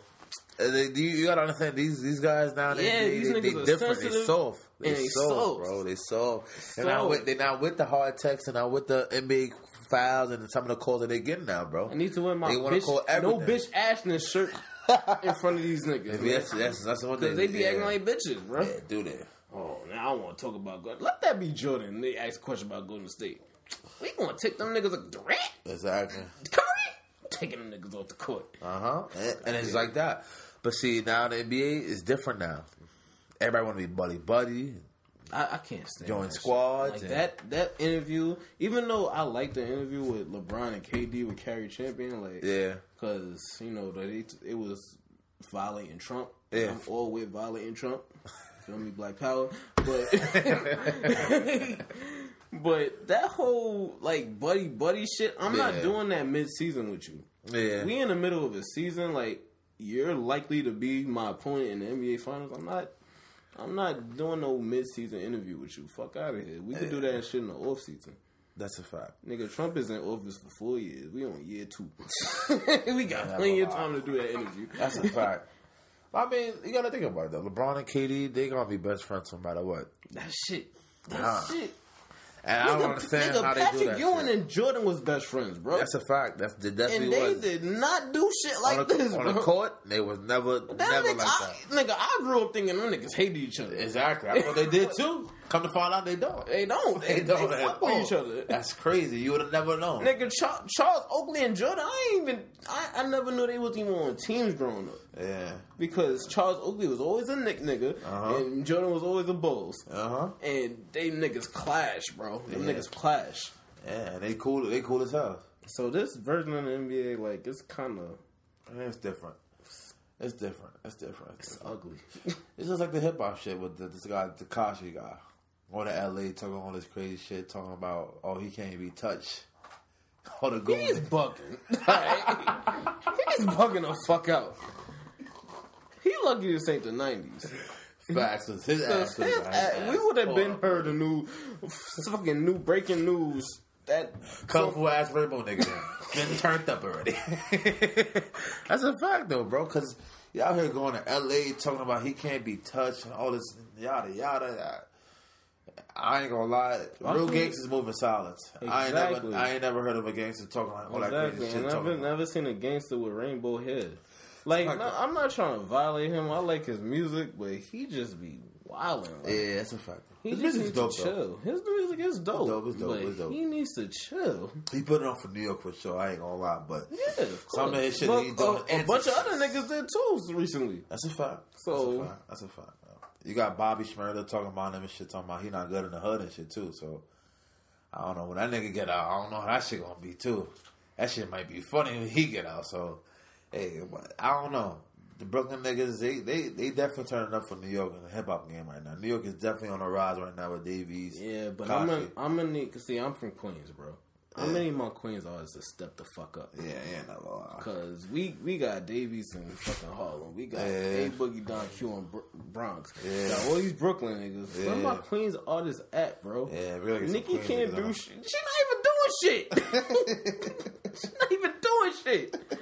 [SPEAKER 1] Uh, they- You, you gotta understand these these guys now. They,
[SPEAKER 2] Yeah,
[SPEAKER 1] they,
[SPEAKER 2] these
[SPEAKER 1] they, they
[SPEAKER 2] niggas are
[SPEAKER 1] different. They
[SPEAKER 2] sensitive
[SPEAKER 1] soft. They,
[SPEAKER 2] and they
[SPEAKER 1] soft,
[SPEAKER 2] soft.
[SPEAKER 1] bro. They soft. They're not with they're not with the hard text and not with the NBA files and some of the calls that they're getting now, bro.
[SPEAKER 2] I need to wear my
[SPEAKER 1] They wanna
[SPEAKER 2] bitch,
[SPEAKER 1] call everything.
[SPEAKER 2] no bitch Ashton shirt in front of these niggas. man.
[SPEAKER 1] That's that's that's one thing.
[SPEAKER 2] Cause they be
[SPEAKER 1] yeah.
[SPEAKER 2] acting like bitches, bro.
[SPEAKER 1] Yeah, do that.
[SPEAKER 2] Oh, now I want to talk about Golden. Let that be Jordan. They ask a question about Golden State. We gonna take them niggas like Durant,
[SPEAKER 1] Exactly.
[SPEAKER 2] Curry, taking them niggas off the court.
[SPEAKER 1] Uh huh. And, and it's like that. But see, now the NBA is different now. Everybody want to be buddy buddy.
[SPEAKER 2] I, I can't stand
[SPEAKER 1] Join
[SPEAKER 2] that shit.
[SPEAKER 1] squads
[SPEAKER 2] Like
[SPEAKER 1] and-
[SPEAKER 2] that that interview, even though I like the interview with LeBron and KD with Carrie Champion, like
[SPEAKER 1] Yeah.
[SPEAKER 2] because you know that it, it was violating Trump.
[SPEAKER 1] Yeah.
[SPEAKER 2] I'm all with violating Trump. Feel me, Black Power. But but that whole like buddy buddy shit, I'm not
[SPEAKER 1] Yeah.
[SPEAKER 2] doing that mid season with you.
[SPEAKER 1] Yeah.
[SPEAKER 2] We in the middle of a season, like you're likely to be my opponent in the NBA Finals. I'm not. I'm not doing no mid-season interview with you. Fuck out of here. We can do that shit in the off-season.
[SPEAKER 1] That's a fact.
[SPEAKER 2] Nigga, Trump is in office for four years. We on year two. we got plenty of time to do that interview.
[SPEAKER 1] That's a fact. I mean, you gotta think about it though. LeBron and KD, they gonna be best friends no matter what.
[SPEAKER 2] that shit. That
[SPEAKER 1] Nah.
[SPEAKER 2] shit.
[SPEAKER 1] And I don't understand
[SPEAKER 2] nigga,
[SPEAKER 1] how they
[SPEAKER 2] Patrick
[SPEAKER 1] do that.
[SPEAKER 2] Ewing
[SPEAKER 1] shit.
[SPEAKER 2] and Jordan was best friends, bro.
[SPEAKER 1] That's a fact. That's the that's
[SPEAKER 2] and
[SPEAKER 1] who
[SPEAKER 2] they
[SPEAKER 1] was.
[SPEAKER 2] did not do shit like
[SPEAKER 1] on, a,
[SPEAKER 2] this,
[SPEAKER 1] on
[SPEAKER 2] bro.
[SPEAKER 1] a court, they was never
[SPEAKER 2] that
[SPEAKER 1] never
[SPEAKER 2] nigga,
[SPEAKER 1] like
[SPEAKER 2] I,
[SPEAKER 1] that.
[SPEAKER 2] nigga, I grew up thinking them niggas hated each other.
[SPEAKER 1] Exactly. I thought they did too. Come to find out, they don't.
[SPEAKER 2] They don't. They,
[SPEAKER 1] They don't
[SPEAKER 2] they
[SPEAKER 1] at
[SPEAKER 2] fuck with
[SPEAKER 1] all.
[SPEAKER 2] each other.
[SPEAKER 1] That's crazy. You would have never known.
[SPEAKER 2] Nigga, Charles, Charles Oakley and Jordan, I ain't even, I, I never knew they was even on teams growing up.
[SPEAKER 1] Yeah.
[SPEAKER 2] Because Charles Oakley was always a Nick nigga,
[SPEAKER 1] Uh-huh.
[SPEAKER 2] and Jordan was always a Bulls.
[SPEAKER 1] Uh huh.
[SPEAKER 2] And they niggas clash, bro. Them
[SPEAKER 1] Yeah.
[SPEAKER 2] niggas clash.
[SPEAKER 1] Yeah. And they cool. They cool as hell.
[SPEAKER 2] So this version of the NBA, like, it's kind of
[SPEAKER 1] And it's different. It's different. It's different. It's different.
[SPEAKER 2] ugly.
[SPEAKER 1] It's just like the hip hop shit with the, this guy, Takashi guy, going to LA talking all this crazy shit, talking about oh he can't be touched. All the gold.
[SPEAKER 2] He's bugging. He's bugging the fuck out. He lucky this ain't the nineties.
[SPEAKER 1] facts was his ass. was like,
[SPEAKER 2] We would have been
[SPEAKER 1] fuck.
[SPEAKER 2] heard the new, fucking new breaking news that
[SPEAKER 1] colorful ass rainbow nigga. been turned up already. That's a fact though, bro. Cause y'all here going to LA talking about he can't be touched and all this yada yada. yada. I ain't gonna lie, real
[SPEAKER 2] Fuck.
[SPEAKER 1] gangsters moving silence. I ain't never,
[SPEAKER 2] Exactly.
[SPEAKER 1] I ain't never heard of a gangster talking like all that
[SPEAKER 2] Exactly.
[SPEAKER 1] crazy
[SPEAKER 2] And
[SPEAKER 1] shit.
[SPEAKER 2] I've
[SPEAKER 1] Talking
[SPEAKER 2] been-
[SPEAKER 1] about-
[SPEAKER 2] never seen a gangster with rainbow hair. Like,
[SPEAKER 1] Fuck
[SPEAKER 2] no,
[SPEAKER 1] that.
[SPEAKER 2] I'm not trying to violate him. I like his music, but he just be wilding. Like,
[SPEAKER 1] Yeah, that's a fact.
[SPEAKER 2] he
[SPEAKER 1] His
[SPEAKER 2] just
[SPEAKER 1] music's
[SPEAKER 2] needs
[SPEAKER 1] dope
[SPEAKER 2] to
[SPEAKER 1] though.
[SPEAKER 2] chill. His music is dope,
[SPEAKER 1] dope, it's dope,
[SPEAKER 2] but
[SPEAKER 1] it's dope.
[SPEAKER 2] he needs to chill.
[SPEAKER 1] He put it on for New York for sure. I ain't gonna lie, but
[SPEAKER 2] Yeah, of
[SPEAKER 1] Some of
[SPEAKER 2] course.
[SPEAKER 1] his shit
[SPEAKER 2] But
[SPEAKER 1] he doing
[SPEAKER 2] a, a bunch of
[SPEAKER 1] antics.
[SPEAKER 2] other niggas did too recently.
[SPEAKER 1] that's a fact. that's
[SPEAKER 2] So-
[SPEAKER 1] a fact. That's a fact. You got Bobby Schmurda talking about him and shit, talking about he not good in the hood and shit too. So I don't know when that nigga get out. I don't know how that shit gonna be too. That shit might be funny when he get out. So hey, but I don't know. The Brooklyn niggas, they they they definitely turning up for New York in the hip hop game right now. New York is definitely on the rise right now with Davies.
[SPEAKER 2] Yeah, but
[SPEAKER 1] Kashi.
[SPEAKER 2] I'm gonna, I'm gonna need. Cause see, I'm from Queens, bro. I'm gonna need my Queens artists to step the fuck up.
[SPEAKER 1] yeah, yeah, no, uh,
[SPEAKER 2] Cause we we got Davies in fucking Harlem. We got
[SPEAKER 1] Yeah.
[SPEAKER 2] A Boogie Don Q in Bro- Bronx.
[SPEAKER 1] Yeah.
[SPEAKER 2] Got all these Brooklyn niggas. Where my
[SPEAKER 1] Yeah.
[SPEAKER 2] Queens artists at, bro?
[SPEAKER 1] Yeah, we gotta get some
[SPEAKER 2] Nikki
[SPEAKER 1] Queens
[SPEAKER 2] can't
[SPEAKER 1] niggas
[SPEAKER 2] do
[SPEAKER 1] on.
[SPEAKER 2] shit. She not even doing shit. she not even doing shit.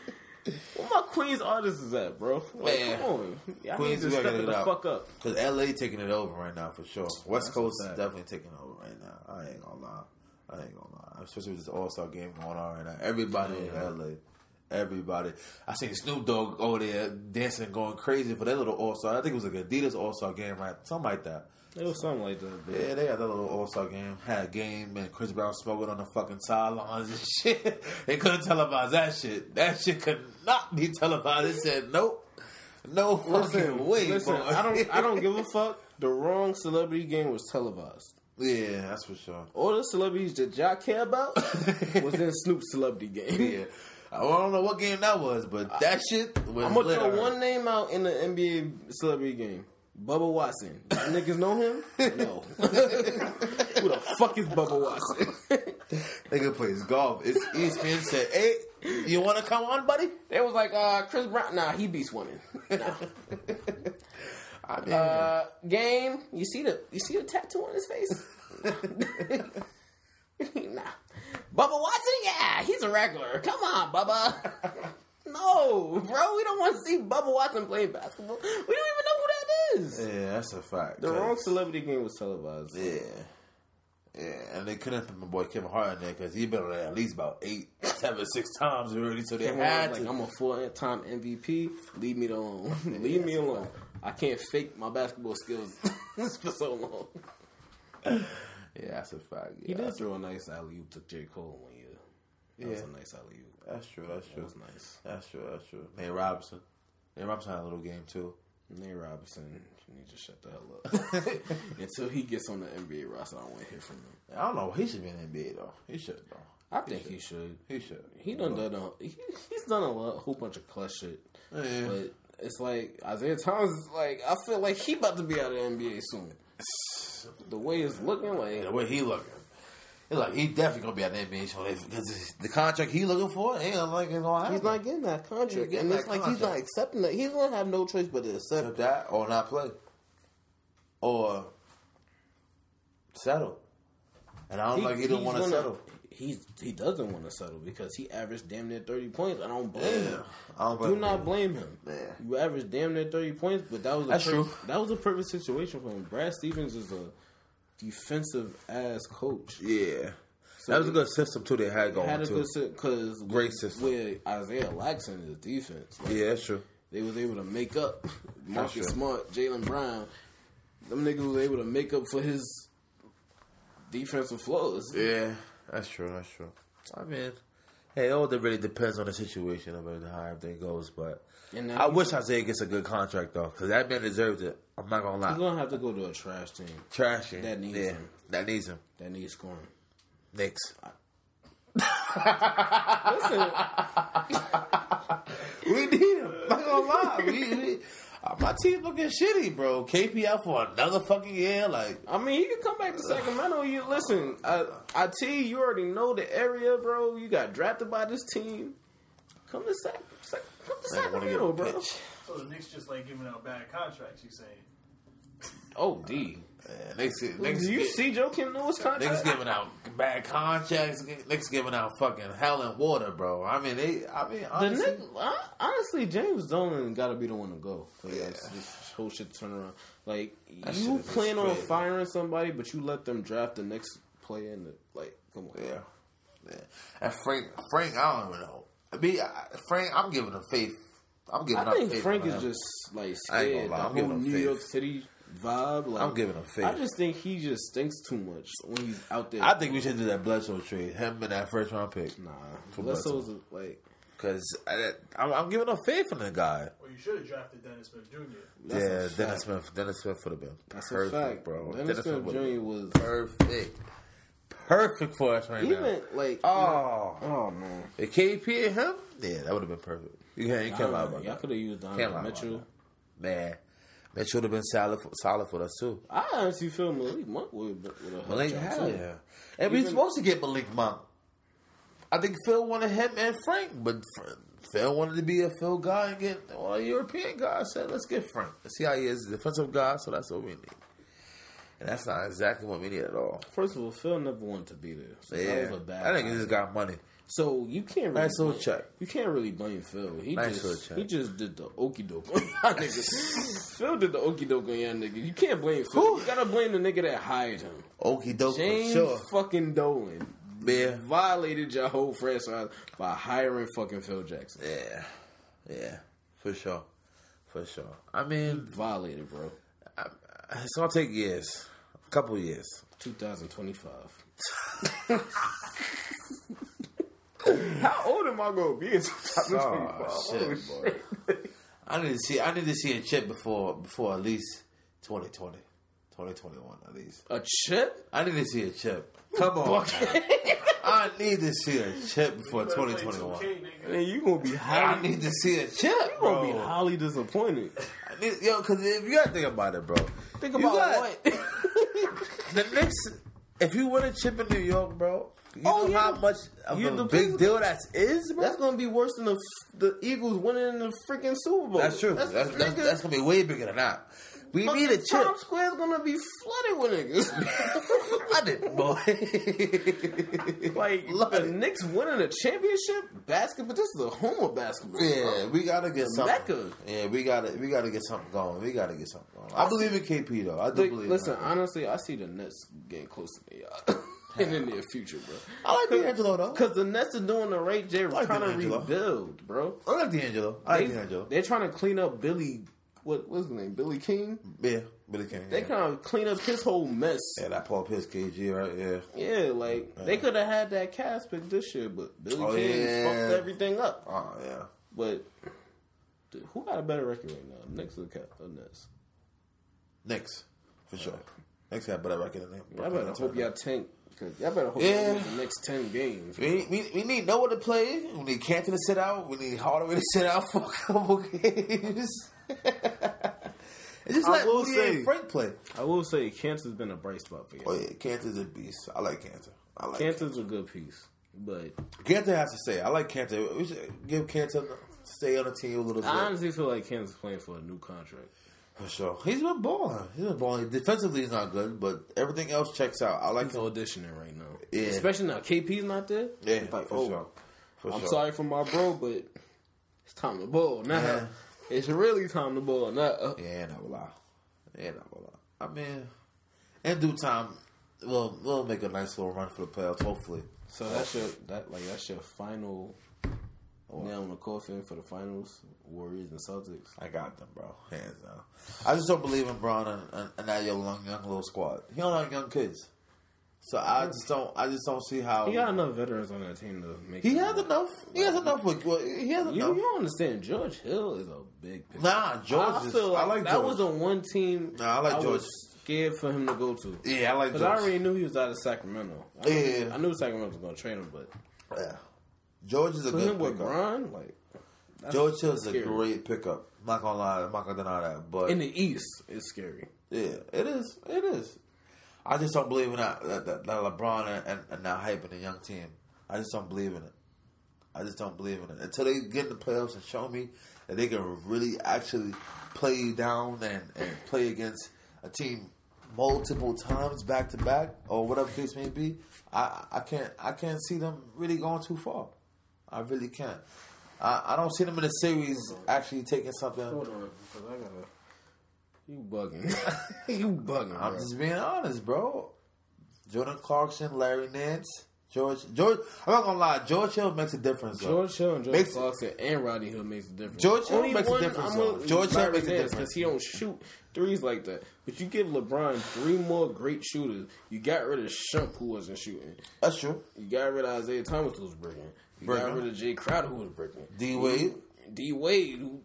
[SPEAKER 2] Where my Queens artists is at, bro? Like,
[SPEAKER 1] Man.
[SPEAKER 2] come on, y'all
[SPEAKER 1] Queens,
[SPEAKER 2] need
[SPEAKER 1] we
[SPEAKER 2] to
[SPEAKER 1] gotta
[SPEAKER 2] step
[SPEAKER 1] get
[SPEAKER 2] it
[SPEAKER 1] it
[SPEAKER 2] the
[SPEAKER 1] up.
[SPEAKER 2] fuck up.
[SPEAKER 1] Cause LA taking it over right now for sure. West Coast is
[SPEAKER 2] fact.
[SPEAKER 1] definitely taking over right now. I ain't gonna lie. I ain't gonna lie. Especially with this All Star game going on right now. Everybody in LA. Everybody. I seen Snoop Dogg over there dancing, going crazy for that little All Star. I think it was like Adidas All Star game, right? Something like that.
[SPEAKER 2] It was something like that. But
[SPEAKER 1] Yeah, they had that little All Star game. Had a game and Chris Brown smoking on the fucking sidelines and shit. they couldn't televise that shit. That shit could not be televised. They said nope. No fucking
[SPEAKER 2] Listen,
[SPEAKER 1] way.
[SPEAKER 2] listen,
[SPEAKER 1] boy.
[SPEAKER 2] I don't I don't give a fuck. The wrong celebrity game was televised.
[SPEAKER 1] Yeah, that's for sure.
[SPEAKER 2] All the celebrities that y'all care about was in Snoop's celebrity game.
[SPEAKER 1] Yeah. I don't know what game that was, but that shit was
[SPEAKER 2] I'm gonna
[SPEAKER 1] lit.
[SPEAKER 2] throw
[SPEAKER 1] alright.
[SPEAKER 2] one name out in the NBA celebrity game. Bubba Watson. Y'all niggas know him? No. Who the fuck is Bubba Watson?
[SPEAKER 1] Nigga plays golf. It's E ESPN said, "Hey, you want to come on, buddy?"
[SPEAKER 2] they was like, uh, Chris Brown. Nah, he beats women. Nah.
[SPEAKER 1] I mean,
[SPEAKER 2] Uh, game. You see the you see the tattoo on his face? nah. Bubba Watson, yeah, he's a regular. Come on, Bubba. no, bro, we don't want to see Bubba Watson playing basketball. We don't even know who that is.
[SPEAKER 1] yeah, that's a fact.
[SPEAKER 2] The
[SPEAKER 1] 'cause-
[SPEAKER 2] wrong celebrity game was televised.
[SPEAKER 1] Yeah, yeah, and they couldn't put my boy Kevin Hart in there because he been on there at least about eight, seven, six times already. So they
[SPEAKER 2] Everyone was
[SPEAKER 1] had
[SPEAKER 2] like,
[SPEAKER 1] to.
[SPEAKER 2] I'm a four time MVP. Leave me alone. Leave me alone. I can't fake my basketball skills for so long.
[SPEAKER 1] yeah, that's a fact. Yeah,
[SPEAKER 2] He did
[SPEAKER 1] that's,
[SPEAKER 2] throw a nice alley oop to J. Cole one year. That was
[SPEAKER 1] Yeah.
[SPEAKER 2] a nice alley oop.
[SPEAKER 1] that's true. That's
[SPEAKER 2] That
[SPEAKER 1] true.
[SPEAKER 2] was nice.
[SPEAKER 1] That's true. That's true. Nate Robinson. Nate Robinson had a little game too.
[SPEAKER 2] Nate Robinson, you need to shut the hell up. Until he gets on the NBA roster, I don't want to hear from him.
[SPEAKER 1] I don't know. He should be in the NBA though. He should though.
[SPEAKER 2] I think he should.
[SPEAKER 1] He should.
[SPEAKER 2] He done done a, he, he's done a lo- whole bunch of clutch shit.
[SPEAKER 1] Yeah.
[SPEAKER 2] But it's like Isaiah Thomas is like I feel like he about to be out of the NBA soon. The way it's looking like
[SPEAKER 1] the way he looking. He's like he definitely gonna be at the NBA show because the contract he looking for ain't like it's gonna happen.
[SPEAKER 2] he's not getting that contract.
[SPEAKER 1] getting
[SPEAKER 2] and it's
[SPEAKER 1] that
[SPEAKER 2] like he's not
[SPEAKER 1] contract.
[SPEAKER 2] accepting that. He's gonna have no choice but to accept
[SPEAKER 1] Except that or not play or settle. And I don't like he don't
[SPEAKER 2] he's
[SPEAKER 1] want to
[SPEAKER 2] gonna-
[SPEAKER 1] settle.
[SPEAKER 2] He's he doesn't want to settle because he averaged damn near thirty points. I don't blame him.
[SPEAKER 1] I don't
[SPEAKER 2] Do
[SPEAKER 1] blame
[SPEAKER 2] not
[SPEAKER 1] him.
[SPEAKER 2] blame him.
[SPEAKER 1] Yeah.
[SPEAKER 2] You averaged damn near thirty points, but that was a
[SPEAKER 1] That's
[SPEAKER 2] per-
[SPEAKER 1] true.
[SPEAKER 2] That was a perfect situation for him. Brad Stevens is a defensive ass coach.
[SPEAKER 1] Yeah, that was a good system too. They had going
[SPEAKER 2] Had a
[SPEAKER 1] too.
[SPEAKER 2] good because
[SPEAKER 1] Great system.
[SPEAKER 2] where Isaiah lacks in his defense. Like,
[SPEAKER 1] yeah, that's true.
[SPEAKER 2] They was able to make up Marcus
[SPEAKER 1] true.
[SPEAKER 2] Smart, Jalen Brown. Them niggas was able to make up for his defensive flaws.
[SPEAKER 1] Yeah, that's true. That's true. I mean, hey, all that really depends on the situation of it, how everything goes. But
[SPEAKER 2] And now
[SPEAKER 1] I
[SPEAKER 2] he's-
[SPEAKER 1] wish Isaiah gets a good contract though, because that man deserves it. I'm not gonna
[SPEAKER 2] He's
[SPEAKER 1] lie.
[SPEAKER 2] gonna have to go to a trash team
[SPEAKER 1] Trashing.
[SPEAKER 2] That needs
[SPEAKER 1] yeah,
[SPEAKER 2] him.
[SPEAKER 1] That needs him.
[SPEAKER 2] that needs scoring.
[SPEAKER 1] Knicks.
[SPEAKER 2] Listen,
[SPEAKER 1] We need him. I'm not gonna lie. We, we, uh, my team looking shitty, bro. KP out for another fucking year. Like,
[SPEAKER 2] I mean, he can come back to Sacramento. You listen, I, I tell you, you already know the area, bro. You got drafted by this team. Come to Sac, Sac come to
[SPEAKER 1] I wanna get
[SPEAKER 2] Sacramento, bro.
[SPEAKER 1] pitched.
[SPEAKER 3] So the Knicks just like giving out bad contracts. You saying?
[SPEAKER 2] Oh, D.
[SPEAKER 1] Yeah, Knicks, Knicks,
[SPEAKER 2] Do you
[SPEAKER 1] get-
[SPEAKER 2] see Joe Kim Lewis
[SPEAKER 1] Niggas
[SPEAKER 2] contract?
[SPEAKER 1] giving out bad contracts. Niggas giving out fucking hell and water, bro. I mean, they. I mean,
[SPEAKER 2] The
[SPEAKER 1] honestly,
[SPEAKER 2] Knicks, hon- honestly, James Dolan got to be the one to go. For
[SPEAKER 1] Yeah.
[SPEAKER 2] this, this whole shit turn around. Like
[SPEAKER 1] That shit
[SPEAKER 2] you
[SPEAKER 1] is
[SPEAKER 2] plan on
[SPEAKER 1] crazy.
[SPEAKER 2] firing somebody, but you let them draft the next player. In the, like, come on,
[SPEAKER 1] Yeah. yeah. And Frank, Frank, I don't even know. I mean, I, Frank, I'm giving him faith. I'm giving.
[SPEAKER 2] I
[SPEAKER 1] up
[SPEAKER 2] think
[SPEAKER 1] faith
[SPEAKER 2] Frank
[SPEAKER 1] on
[SPEAKER 2] is
[SPEAKER 1] him.
[SPEAKER 2] just like
[SPEAKER 1] I ain't
[SPEAKER 2] scared.
[SPEAKER 1] gonna lie,
[SPEAKER 2] The
[SPEAKER 1] I'm giving
[SPEAKER 2] whole
[SPEAKER 1] him
[SPEAKER 2] New
[SPEAKER 1] faith.
[SPEAKER 2] York City vibe. Like,
[SPEAKER 1] I'm giving him faith.
[SPEAKER 2] I just think he just thinks too much when he's out there.
[SPEAKER 1] I think we should do that Bledsoe trade. Him and that first round pick.
[SPEAKER 2] nah,
[SPEAKER 1] For
[SPEAKER 2] Bledsoe's a- like
[SPEAKER 1] Because I'm, I'm giving up faith on the guy.
[SPEAKER 3] Well, you should have drafted Dennis Smith Jr.
[SPEAKER 2] that's a
[SPEAKER 1] yeah, Dennis
[SPEAKER 2] fact.
[SPEAKER 1] Smith. Dennis Smith would have been
[SPEAKER 2] That's a
[SPEAKER 1] perfect,
[SPEAKER 2] fact,
[SPEAKER 1] bro.
[SPEAKER 2] Dennis, Smith
[SPEAKER 1] would've been
[SPEAKER 2] Jr. was
[SPEAKER 1] perfect, perfect for us right now.
[SPEAKER 2] even like
[SPEAKER 1] Oh,
[SPEAKER 2] oh man.
[SPEAKER 1] the KP and him. Yeah, that would have been perfect. You can't, you
[SPEAKER 2] I
[SPEAKER 1] can't
[SPEAKER 2] don't
[SPEAKER 1] lie
[SPEAKER 2] know.
[SPEAKER 1] about
[SPEAKER 2] Y'all
[SPEAKER 1] that.
[SPEAKER 2] could have used
[SPEAKER 1] Can't lie
[SPEAKER 2] Donovan
[SPEAKER 1] about
[SPEAKER 2] Mitchell.
[SPEAKER 1] Man, Mitchell would have been solid for, solid for us too.
[SPEAKER 2] I honestly feel Malik Monk would would have
[SPEAKER 1] Malik,
[SPEAKER 2] helped
[SPEAKER 1] hell
[SPEAKER 2] y'all, too.
[SPEAKER 1] yeah. And we
[SPEAKER 2] Even-
[SPEAKER 1] supposed to get Malik Monk. I think Phil wanted him and Frank, but Fr- Phil wanted to be a Phil guy and get well, a European guy. I said, let's get Frank. Let's see how he is. He's a defensive guy, so that's what we need. And that's not exactly what we need at all.
[SPEAKER 2] First of all, Phil never wanted to be there. So
[SPEAKER 1] Yeah.
[SPEAKER 2] that was a bad.
[SPEAKER 1] I think he
[SPEAKER 2] hire.
[SPEAKER 1] just got money.
[SPEAKER 2] So you can't really
[SPEAKER 1] Nice little
[SPEAKER 2] blame-
[SPEAKER 1] check.
[SPEAKER 2] You can't really blame Phil. He
[SPEAKER 1] Nice little
[SPEAKER 2] just
[SPEAKER 1] check.
[SPEAKER 2] he just did the okey doke on y'all niggas. Phil did the okey doke on y'all niggas. You can't blame Phil. You gotta blame the nigga that hired him.
[SPEAKER 1] Okie doke for
[SPEAKER 2] James
[SPEAKER 1] sure.
[SPEAKER 2] fucking Dolan
[SPEAKER 1] Yeah.
[SPEAKER 2] violated your whole franchise by hiring fucking Phil Jackson.
[SPEAKER 1] Yeah. Yeah. For sure. For sure. I mean,
[SPEAKER 2] Violated, bro.
[SPEAKER 1] I, it's going to take years. A couple years.
[SPEAKER 2] 2025. How old am I gonna be in 2025?
[SPEAKER 1] Oh, shit, boy. I need to see. I need to see a chip before before at least 2020, 2021 at least.
[SPEAKER 2] A chip?
[SPEAKER 1] I need to see a chip. Come on, I need to see a chip before
[SPEAKER 3] Better play 2K,
[SPEAKER 1] 2021.
[SPEAKER 3] nigga.
[SPEAKER 2] Man, you gonna be
[SPEAKER 1] I
[SPEAKER 2] highly
[SPEAKER 1] need to see a chip,
[SPEAKER 2] I'm gonna be
[SPEAKER 1] bro.
[SPEAKER 2] highly disappointed.
[SPEAKER 1] yo, because if you gotta think about it, bro.
[SPEAKER 2] Think
[SPEAKER 1] You
[SPEAKER 2] about
[SPEAKER 1] got-
[SPEAKER 2] what?
[SPEAKER 1] The Knicks, if you win a chip in New York, bro, you
[SPEAKER 2] Oh,
[SPEAKER 1] know
[SPEAKER 2] yeah.
[SPEAKER 1] how much of
[SPEAKER 2] You
[SPEAKER 1] a
[SPEAKER 2] the
[SPEAKER 1] big
[SPEAKER 2] people-
[SPEAKER 1] deal that is, bro.
[SPEAKER 2] That's gonna be worse than the the Eagles winning the freaking Super Bowl.
[SPEAKER 1] That's true. That's, that's,
[SPEAKER 2] nigga,
[SPEAKER 1] that's, gonna be way bigger than that. We
[SPEAKER 2] fucking
[SPEAKER 1] need a chip.
[SPEAKER 2] Times Square's gonna be flooded with niggas.
[SPEAKER 1] Flooded, boy.
[SPEAKER 2] like
[SPEAKER 1] Flooded.
[SPEAKER 2] the Knicks winning a championship basketball. This is a home of basketball.
[SPEAKER 1] yeah, we gotta get something.
[SPEAKER 2] Mecca.
[SPEAKER 1] Yeah, we gotta we gotta get something going. We gotta get something going. I believe in KP though. I do
[SPEAKER 2] Like,
[SPEAKER 1] believe.
[SPEAKER 2] listen,
[SPEAKER 1] in him.
[SPEAKER 2] honestly, I see the Nets getting close to me, y'all. and in the near future, bro.
[SPEAKER 1] I like D'Angelo though.
[SPEAKER 2] Because the Nets are doing the right. They're
[SPEAKER 1] like
[SPEAKER 2] trying to
[SPEAKER 1] D'Angelo.
[SPEAKER 2] rebuild, bro.
[SPEAKER 1] I like D'Angelo. I like
[SPEAKER 2] They-
[SPEAKER 1] D'Angelo.
[SPEAKER 2] They're trying to clean up Billy. What was his name? Billy King.
[SPEAKER 1] Yeah, but it can't.
[SPEAKER 2] They
[SPEAKER 1] yeah.
[SPEAKER 2] kind of clean up his whole mess.
[SPEAKER 1] yeah, that Paul Pierce KG, right? Yeah.
[SPEAKER 2] Yeah, like they could have had that cast pick this year, but Billy
[SPEAKER 1] Oh,
[SPEAKER 2] King
[SPEAKER 1] yeah.
[SPEAKER 2] fucked everything up.
[SPEAKER 1] Oh yeah.
[SPEAKER 2] But dude, who got a better record right now? Knicks or Cap or Nets?
[SPEAKER 1] Knicks, for sure. Knicks have better record than them.
[SPEAKER 2] I better hope y'all tank. Cause y'all better hope
[SPEAKER 1] Yeah.
[SPEAKER 2] y'all win the next ten games.
[SPEAKER 1] We, we, we need Noah to play. We need Canton to sit out. We need Hardaway to sit out for a couple games. And just
[SPEAKER 2] I
[SPEAKER 1] let
[SPEAKER 2] will
[SPEAKER 1] Moody
[SPEAKER 2] say-
[SPEAKER 1] and Frank play.
[SPEAKER 2] I will say Cancer's been a bright spot for
[SPEAKER 1] Oh
[SPEAKER 2] y'all.
[SPEAKER 1] yeah, Cantor's a beast. I like Cantor. I like Cantor.
[SPEAKER 2] Cancer's a good piece. But
[SPEAKER 1] Cantor has to stay. I like Cantor. We should give Cantor to stay on the team a little bit
[SPEAKER 2] I honestly feel like Kansas playing for a new contract.
[SPEAKER 1] for sure. He's been balling. He's been balling. Defensively, he's not good, but everything else checks out. I like
[SPEAKER 2] He's
[SPEAKER 1] him.
[SPEAKER 2] auditioning right now.
[SPEAKER 1] Yeah.
[SPEAKER 2] Especially now KP's not there.
[SPEAKER 1] Yeah,
[SPEAKER 2] It's like,
[SPEAKER 1] for
[SPEAKER 2] oh,
[SPEAKER 1] sure. For
[SPEAKER 2] I'm
[SPEAKER 1] sure.
[SPEAKER 2] sorry for my bro, but it's time to ball now.
[SPEAKER 1] Yeah.
[SPEAKER 2] It's really time to ball now.
[SPEAKER 1] Yeah, not gonna lie. Yeah, not gonna lie. I mean, in due time, we'll we'll make a nice little run for the playoffs. Hopefully,
[SPEAKER 2] So that's your that like that's your final nail in the coffin for the finals, Warriors and Celtics.
[SPEAKER 1] I got them, bro. Hands down. I just don't believe in Braun and, and, and that young, young young little squad. He don't like young kids, so I just don't. I just don't see how
[SPEAKER 2] He got enough veterans on that team to make.
[SPEAKER 1] He
[SPEAKER 2] it
[SPEAKER 1] has
[SPEAKER 2] work.
[SPEAKER 1] enough. He has enough. With, well, he has
[SPEAKER 2] You,
[SPEAKER 1] enough.
[SPEAKER 2] you don't understand. George Hill is a big. Pick.
[SPEAKER 1] Nah, George.
[SPEAKER 2] I
[SPEAKER 1] is,
[SPEAKER 2] feel like,
[SPEAKER 1] I like
[SPEAKER 2] that
[SPEAKER 1] George.
[SPEAKER 2] was the one team.
[SPEAKER 1] Nah, I like George.
[SPEAKER 2] was scared for him to go to.
[SPEAKER 1] yeah, I like George.
[SPEAKER 2] Because I already knew he was out of Sacramento. I knew,
[SPEAKER 1] Yeah.
[SPEAKER 2] I knew Sacramento was going to trade him, but
[SPEAKER 1] yeah. George is a
[SPEAKER 2] for
[SPEAKER 1] good
[SPEAKER 2] him with
[SPEAKER 1] pickup.
[SPEAKER 2] Bron, like
[SPEAKER 1] George Hill's a
[SPEAKER 2] scary.
[SPEAKER 1] great pickup. I'm not gonna lie. I'm not gonna deny that. But
[SPEAKER 2] in the East, it's scary.
[SPEAKER 1] Yeah, it is. It is. I just don't believe in that that, that, that LeBron and, and, and that hype in the young team. I just don't believe in it. I just don't believe in it until they get in the playoffs and show me that they can really actually play down and, and play against a team multiple times back to back or whatever the case may be. I I can't I can't see them really going too far. I really can't. I, I don't see them in the series actually taking something.
[SPEAKER 2] on, because I gotta. You bugging? you bugging?
[SPEAKER 1] I'm
[SPEAKER 2] bro.
[SPEAKER 1] just being honest, bro. Jordan Clarkson, Larry Nance, George George. I'm not gonna lie, George Hill makes a difference. though.
[SPEAKER 2] George Hill and George
[SPEAKER 1] Makes-
[SPEAKER 2] Clarkson and Rodney Hood makes a difference.
[SPEAKER 1] George Hill
[SPEAKER 2] Only
[SPEAKER 1] makes a
[SPEAKER 2] one
[SPEAKER 1] difference,
[SPEAKER 2] I'm
[SPEAKER 1] though.
[SPEAKER 2] gonna-
[SPEAKER 1] George Hill
[SPEAKER 2] Larry
[SPEAKER 1] makes a
[SPEAKER 2] Nance,
[SPEAKER 1] difference.
[SPEAKER 2] he don't shoot threes like that. But you give LeBron three more great shooters. You got rid of Shump who wasn't shooting.
[SPEAKER 1] That's true.
[SPEAKER 2] You got rid of Isaiah Thomas who was breaking. You got
[SPEAKER 1] Breaking.
[SPEAKER 2] rid of Jay Crowder who was breaking.
[SPEAKER 1] D Wade,
[SPEAKER 2] D Wade who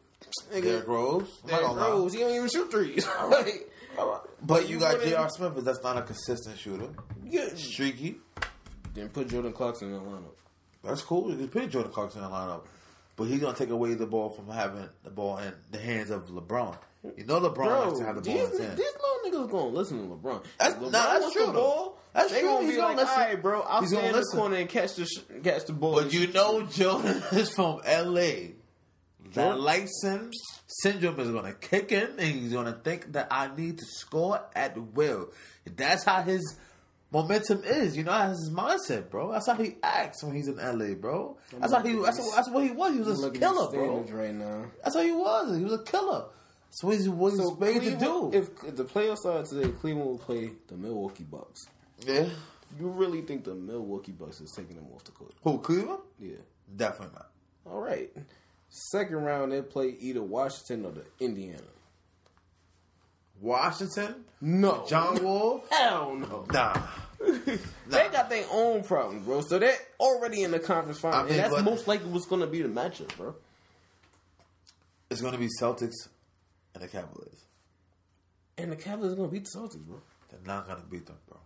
[SPEAKER 1] Derrick
[SPEAKER 2] nigga
[SPEAKER 1] Rose, I'm not
[SPEAKER 2] Derrick
[SPEAKER 1] gonna lie.
[SPEAKER 2] Rose, he don't even shoot threes. like,
[SPEAKER 1] But you got
[SPEAKER 2] wouldn't-
[SPEAKER 1] J.R. Smith, but that's not a consistent shooter.
[SPEAKER 2] you-
[SPEAKER 1] Streaky.
[SPEAKER 2] then put Jordan Clarkson in the lineup.
[SPEAKER 1] That's cool. You put Jordan Clarkson in the lineup, but he's gonna take away the ball from having the ball in the hands of LeBron. You know LeBron
[SPEAKER 2] Bro,
[SPEAKER 1] likes to have the
[SPEAKER 2] these,
[SPEAKER 1] ball in his hands.
[SPEAKER 2] these little niggas gonna listen to LeBron.
[SPEAKER 1] That's-
[SPEAKER 2] If
[SPEAKER 1] nah,
[SPEAKER 2] LeBron
[SPEAKER 1] that's
[SPEAKER 2] wants
[SPEAKER 1] true,
[SPEAKER 2] The
[SPEAKER 1] though.
[SPEAKER 2] ball,
[SPEAKER 1] That's
[SPEAKER 2] they
[SPEAKER 1] true.
[SPEAKER 2] Gonna be
[SPEAKER 1] He's gonna
[SPEAKER 2] like,
[SPEAKER 1] listen.
[SPEAKER 2] all right, bro, I'll
[SPEAKER 1] He's
[SPEAKER 2] stand
[SPEAKER 1] gonna
[SPEAKER 2] in the
[SPEAKER 1] listen.
[SPEAKER 2] corner and catch the sh- catch the ball.
[SPEAKER 1] But you know Jordan is from LA. That
[SPEAKER 2] Jordan-
[SPEAKER 1] license syndrome is gonna kick in and he's gonna think that I need to score at will. That's how his momentum is, you know, that's his mindset, bro. That's how he acts when he's in LA, bro. That's how he that's, that's what he was. He was a
[SPEAKER 2] Look at
[SPEAKER 1] killer,
[SPEAKER 2] these standards
[SPEAKER 1] bro.
[SPEAKER 2] right now.
[SPEAKER 1] That's how he was. He was a killer. That's what he was made to do.
[SPEAKER 2] Cleveland- If, if the playoffs started today, Cleveland will play the Milwaukee Bucks.
[SPEAKER 1] yeah.
[SPEAKER 2] You really think the Milwaukee Bucks is taking them off the court?
[SPEAKER 1] Who, Cleveland?
[SPEAKER 2] Yeah.
[SPEAKER 1] Definitely not.
[SPEAKER 2] All right. Second round, they play either Washington or the Indiana.
[SPEAKER 1] Washington?
[SPEAKER 2] No,
[SPEAKER 1] John Wall?
[SPEAKER 2] Hell no.
[SPEAKER 1] Nah.
[SPEAKER 2] They got their own problems, bro. So they're already in the conference final.
[SPEAKER 1] I mean,
[SPEAKER 2] and that's
[SPEAKER 1] but-
[SPEAKER 2] most likely what's going to be the matchup, bro.
[SPEAKER 1] It's going to be Celtics and the Cavaliers.
[SPEAKER 2] And the Cavaliers are going to beat the Celtics, bro.
[SPEAKER 1] They're not going to beat them, bro.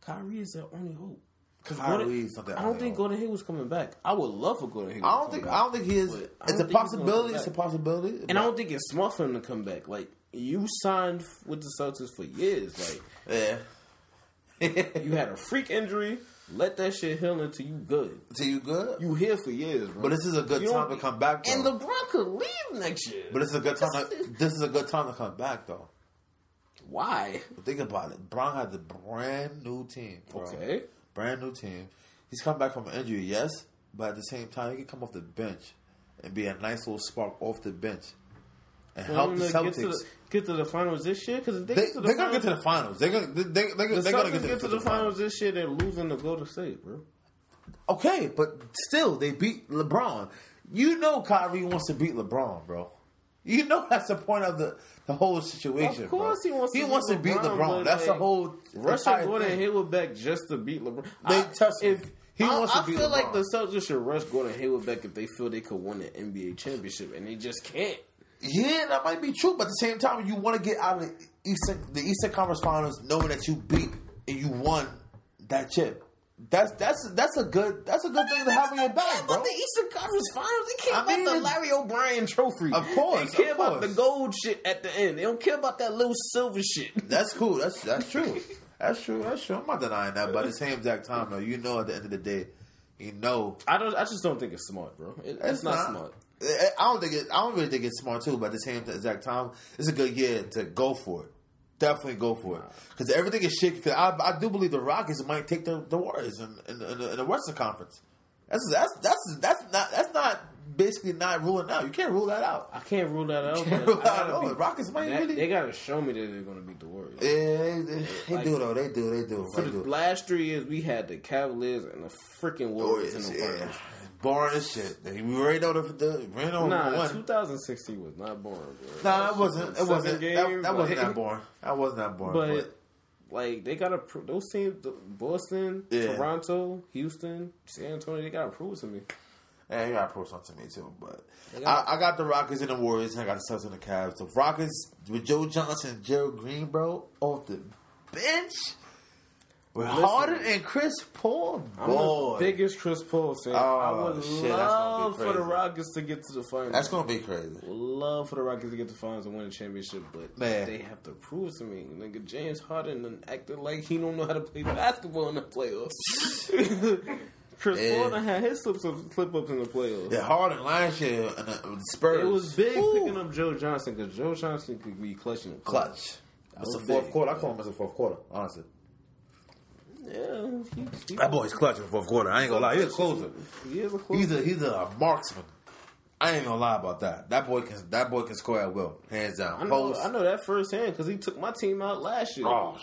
[SPEAKER 2] Kyrie is their only hope. Because
[SPEAKER 1] High Reeves, something
[SPEAKER 2] I
[SPEAKER 1] I
[SPEAKER 2] don't
[SPEAKER 1] know.
[SPEAKER 2] think Gordon Hayward's coming back. I would love for Gordon Hayward.
[SPEAKER 1] I
[SPEAKER 2] to
[SPEAKER 1] don't
[SPEAKER 2] come
[SPEAKER 1] think
[SPEAKER 2] back.
[SPEAKER 1] I don't think he is.
[SPEAKER 2] But I don't
[SPEAKER 1] It's a
[SPEAKER 2] think he's gonna come
[SPEAKER 1] possibility. It's a
[SPEAKER 2] back.
[SPEAKER 1] possibility.
[SPEAKER 2] And I don't think it's smart for him to come back. Like you signed f- with the Celtics for years. Like
[SPEAKER 1] Yeah.
[SPEAKER 2] you had a freak injury. Let that shit heal until you good.
[SPEAKER 1] So you good?
[SPEAKER 2] You here for years, bro.
[SPEAKER 1] but this is a good
[SPEAKER 2] You
[SPEAKER 1] time
[SPEAKER 2] don't-
[SPEAKER 1] to come back. Though.
[SPEAKER 2] and LeBron could leave next year.
[SPEAKER 1] but this is a good time. To, this is a good time to come back though.
[SPEAKER 2] Why?
[SPEAKER 1] But think about it. Brown has a brand new team. Bro.
[SPEAKER 2] Okay.
[SPEAKER 1] Brand new team. He's come back from injury, yes, but at the same time, he can come off the bench and be a nice little spark off the bench and help
[SPEAKER 2] Want
[SPEAKER 1] the
[SPEAKER 2] them to
[SPEAKER 1] Celtics.
[SPEAKER 2] Get to the, get to the finals this year because they,
[SPEAKER 1] they,
[SPEAKER 2] get to the
[SPEAKER 1] they're
[SPEAKER 2] finals,
[SPEAKER 1] gonna get to the finals. They're gonna they, they, they,
[SPEAKER 2] the
[SPEAKER 1] they're gonna
[SPEAKER 2] Celtics
[SPEAKER 1] get to the, freaking
[SPEAKER 2] finals,
[SPEAKER 1] finals.
[SPEAKER 2] this year. They're losing to Golden State, bro.
[SPEAKER 1] Okay, but still, they beat LeBron. You know, Kyrie wants to beat LeBron, bro. You know that's the point of the, the whole situation.
[SPEAKER 2] Of course,
[SPEAKER 1] bro.
[SPEAKER 2] he wants.
[SPEAKER 1] He
[SPEAKER 2] to
[SPEAKER 1] wants
[SPEAKER 2] beat
[SPEAKER 1] to beat LeBron.
[SPEAKER 2] but,
[SPEAKER 1] That's the
[SPEAKER 2] like,
[SPEAKER 1] whole
[SPEAKER 2] Russia
[SPEAKER 1] entire
[SPEAKER 2] Gordon
[SPEAKER 1] thing.
[SPEAKER 2] Hayward back just to beat LeBron.
[SPEAKER 1] They trust me. He
[SPEAKER 2] I,
[SPEAKER 1] wants to
[SPEAKER 2] I
[SPEAKER 1] beat
[SPEAKER 2] feel like
[SPEAKER 1] LeBron.
[SPEAKER 2] the Celtics should rush Gordon Hayward back if they feel they could win an NBA championship, and they just can't.
[SPEAKER 1] Yeah, that might be true, but at the same time, you want to get out of the Eastern the Eastern Conference Finals knowing that you beat and you won that chip. That's that's that's a good that's a good thing to have on your back, bro.
[SPEAKER 2] But the Eastern Conference Finals, they care
[SPEAKER 1] I
[SPEAKER 2] about
[SPEAKER 1] mean-
[SPEAKER 2] the Larry O'Brien Trophy.
[SPEAKER 1] Of course,
[SPEAKER 2] they care
[SPEAKER 1] of
[SPEAKER 2] about the
[SPEAKER 1] course.
[SPEAKER 2] gold shit at the end. They don't care about that little silver shit.
[SPEAKER 1] That's cool. That's that's true. That's true. That's true. I'm not denying that, but at the same exact time, though, you know, at the end of the day, you know,
[SPEAKER 2] I don't. I just don't think it's smart, bro. It, it's, not, smart.
[SPEAKER 1] I I don't think it. I don't really think it's smart too. But at the same exact time, it's a good year to go for it. Definitely go for it because everything is shaky. 'Cause I, I do believe the Rockets might take the, the Warriors in, in, in, the, in the Western Conference. That's that's that's that's not that's not basically not ruling out. You can't rule that out.
[SPEAKER 2] I can't rule that out.
[SPEAKER 1] Can't
[SPEAKER 2] but
[SPEAKER 1] rule
[SPEAKER 2] I
[SPEAKER 1] that
[SPEAKER 2] gotta
[SPEAKER 1] out.
[SPEAKER 2] be-
[SPEAKER 1] The Rockets might
[SPEAKER 2] that-
[SPEAKER 1] really.
[SPEAKER 2] They gotta show me that they're gonna beat the Warriors.
[SPEAKER 1] yeah, they, they, they
[SPEAKER 2] Like-
[SPEAKER 1] do though. They do. They do.
[SPEAKER 2] For
[SPEAKER 1] They
[SPEAKER 2] the
[SPEAKER 1] do.
[SPEAKER 2] last three years, we had the Cavaliers and the freaking Warriors in
[SPEAKER 1] Warriors,
[SPEAKER 2] the
[SPEAKER 1] Oh, yeah.
[SPEAKER 2] finals.
[SPEAKER 1] Boring as shit. They- We already know the, the we already know who
[SPEAKER 2] Nah,
[SPEAKER 1] won.
[SPEAKER 2] 2016 was not boring, bro.
[SPEAKER 1] Nah, it
[SPEAKER 2] shit
[SPEAKER 1] wasn't.
[SPEAKER 2] was
[SPEAKER 1] It
[SPEAKER 2] seven
[SPEAKER 1] wasn't. that,
[SPEAKER 2] games,
[SPEAKER 1] that wasn't
[SPEAKER 2] like-
[SPEAKER 1] that boring. That wasn't that boring.
[SPEAKER 2] But,
[SPEAKER 1] But,
[SPEAKER 2] like they gotta prove those teams: the- Boston,
[SPEAKER 1] Yeah.
[SPEAKER 2] Toronto, Houston, San Antonio. They gotta prove it to me.
[SPEAKER 1] yeah, you got pros on to me too. But
[SPEAKER 2] got-
[SPEAKER 1] I, I got the Rockets and the Warriors, and I got the Suns and the Cavs. The Rockets with Joe Johnson, and Gerald Green, bro, off the bench with
[SPEAKER 2] Listen.
[SPEAKER 1] Harden and Chris Paul.
[SPEAKER 2] I'm
[SPEAKER 1] Boy,
[SPEAKER 2] the biggest Chris Paul fan.
[SPEAKER 1] Oh,
[SPEAKER 2] I would
[SPEAKER 1] shit, that's gonna be
[SPEAKER 2] love for the
[SPEAKER 1] crazy.
[SPEAKER 2] Rockets to get to the finals.
[SPEAKER 1] that's gonna be crazy.
[SPEAKER 2] would love for the Rockets to get the finals and win a championship, but
[SPEAKER 1] Man.
[SPEAKER 2] they have to prove it to me. Nigga, James Harden done acted like he don't know how to play basketball in the playoffs. Chris
[SPEAKER 1] Yeah.
[SPEAKER 2] Paul done had his slips up, slip ups in the playoffs.
[SPEAKER 1] Yeah, Harden last year and the, the Spurs.
[SPEAKER 2] It was big
[SPEAKER 1] Ooh.
[SPEAKER 2] picking up Joe Johnson because Joe Johnson could be clutching the
[SPEAKER 1] clutch. It's
[SPEAKER 2] was
[SPEAKER 1] the fourth
[SPEAKER 2] big.
[SPEAKER 1] quarter. I call him as the fourth quarter. Honestly,
[SPEAKER 2] Yeah, he, he,
[SPEAKER 1] that boy's clutch in the fourth quarter. I ain't gonna lie, he's a closer.
[SPEAKER 2] he is a closer.
[SPEAKER 1] He's a he's a marksman. I ain't gonna lie about that. That boy can that boy can score at will, hands down.
[SPEAKER 2] I know,
[SPEAKER 1] Post.
[SPEAKER 2] I know that firsthand because he took my team out last year.
[SPEAKER 1] Oh,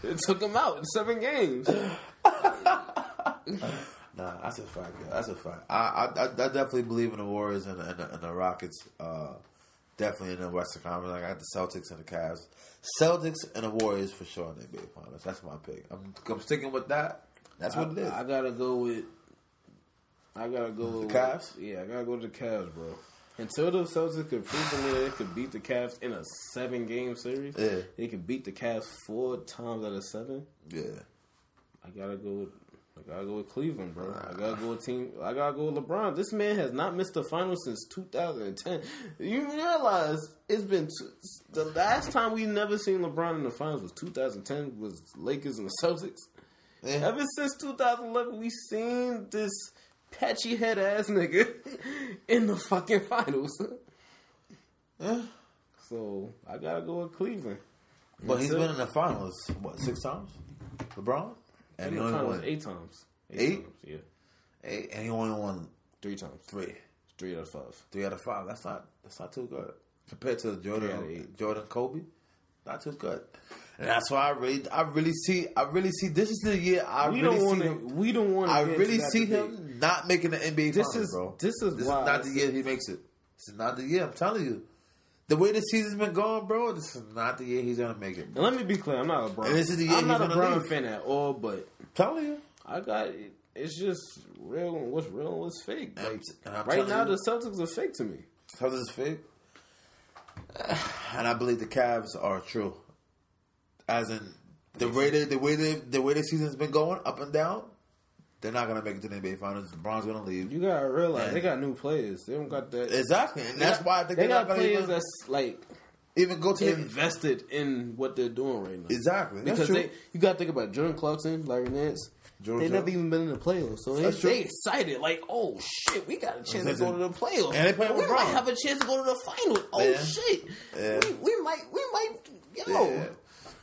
[SPEAKER 2] It took him out in seven games.
[SPEAKER 1] nah, that's a fact. yeah, That's a fact. I, I I I definitely believe in the Warriors and the, and the, and the Rockets. Uh, definitely in the Western Conference. I got the Celtics and the Cavs. Celtics and the Warriors for sure in the NBA Finals. That's my pick. I'm I'm sticking with that. That's what it is.
[SPEAKER 2] I, I gotta go with. I gotta go with
[SPEAKER 1] Cavs?
[SPEAKER 2] Yeah, I gotta go with the Cavs, bro. Until the Celtics could prove to me that they could beat the Cavs in a seven game series,
[SPEAKER 1] Yeah.
[SPEAKER 2] they could beat the Cavs four times out of seven.
[SPEAKER 1] yeah.
[SPEAKER 2] I gotta go with. I gotta go with Cleveland, bro. I gotta go with team. I gotta go with LeBron. This man has not missed the finals since 2010. You realize it's been two, the last time we never seen LeBron in the finals was 2010 was Lakers and the Celtics.
[SPEAKER 1] Yeah.
[SPEAKER 2] Ever since 2011, we seen this patchy head ass nigga in the fucking finals.
[SPEAKER 1] yeah.
[SPEAKER 2] So I gotta go with Cleveland.
[SPEAKER 1] But he's
[SPEAKER 2] Until-
[SPEAKER 1] been in the finals what six times? LeBron and
[SPEAKER 2] in
[SPEAKER 1] he
[SPEAKER 2] the
[SPEAKER 1] only
[SPEAKER 2] finals
[SPEAKER 1] won
[SPEAKER 2] eight times.
[SPEAKER 1] Eight?
[SPEAKER 2] times, yeah,
[SPEAKER 1] eight, and he only won
[SPEAKER 2] three times.
[SPEAKER 1] three.
[SPEAKER 2] Three out of five.
[SPEAKER 1] three out of five. That's not that's not too good compared to Jordan
[SPEAKER 2] out of eight.
[SPEAKER 1] Jordan Kobe. Not too good, and that's why I really I really see I really see this is the year I
[SPEAKER 2] We
[SPEAKER 1] really
[SPEAKER 2] don't want
[SPEAKER 1] see
[SPEAKER 2] to.
[SPEAKER 1] him.
[SPEAKER 2] We don't want.
[SPEAKER 1] I really see him not making the NBA
[SPEAKER 2] This
[SPEAKER 1] finals,
[SPEAKER 2] is-
[SPEAKER 1] bro.
[SPEAKER 2] this is why
[SPEAKER 1] not
[SPEAKER 2] I
[SPEAKER 1] the
[SPEAKER 2] said-
[SPEAKER 1] year he makes it. This is not the year. I'm telling you, the way the season's been going, bro, this is not the year he's gonna make it.
[SPEAKER 2] And let me be clear. I'm not a Brown.
[SPEAKER 1] And this is the year
[SPEAKER 2] I'm
[SPEAKER 1] he's
[SPEAKER 2] not a
[SPEAKER 1] gonna
[SPEAKER 2] Brown
[SPEAKER 1] leave.
[SPEAKER 2] fan at all. But
[SPEAKER 1] I'm telling you,
[SPEAKER 2] I got. It's just real and what's real and what's fake.
[SPEAKER 1] I'm-
[SPEAKER 2] Like,
[SPEAKER 1] and I'm
[SPEAKER 2] right
[SPEAKER 1] telling
[SPEAKER 2] now,
[SPEAKER 1] you-
[SPEAKER 2] the Celtics are fake to me.
[SPEAKER 1] How does this fit? And I believe the Cavs are true. As in, The way they, the way they, the way the season's been going up and down, they're not gonna make it to the NBA Finals. LeBron's gonna leave.
[SPEAKER 2] You gotta realize
[SPEAKER 1] Yeah.
[SPEAKER 2] they got new players. They don't got that.
[SPEAKER 1] Exactly, and that's why I think
[SPEAKER 2] they
[SPEAKER 1] they're
[SPEAKER 2] got
[SPEAKER 1] not gonna
[SPEAKER 2] players
[SPEAKER 1] even,
[SPEAKER 2] that's like
[SPEAKER 1] even go to the
[SPEAKER 2] invested in what they're doing right now.
[SPEAKER 1] exactly. That's
[SPEAKER 2] Because
[SPEAKER 1] true.
[SPEAKER 2] they, you got to think about Jordan Clarkson, Larry Nance.
[SPEAKER 1] Jordan
[SPEAKER 2] they never
[SPEAKER 1] Clarkson.
[SPEAKER 2] even been in the playoffs, so they,
[SPEAKER 1] That's true.
[SPEAKER 2] they excited like, oh shit, we got a chance to go to the playoffs,
[SPEAKER 1] And they playing
[SPEAKER 2] we
[SPEAKER 1] with
[SPEAKER 2] might
[SPEAKER 1] Brown.
[SPEAKER 2] have a chance to go to the final. Oh
[SPEAKER 1] Yeah.
[SPEAKER 2] shit,
[SPEAKER 1] Yeah.
[SPEAKER 2] we, we might, we might, yo.
[SPEAKER 1] Yeah.
[SPEAKER 2] And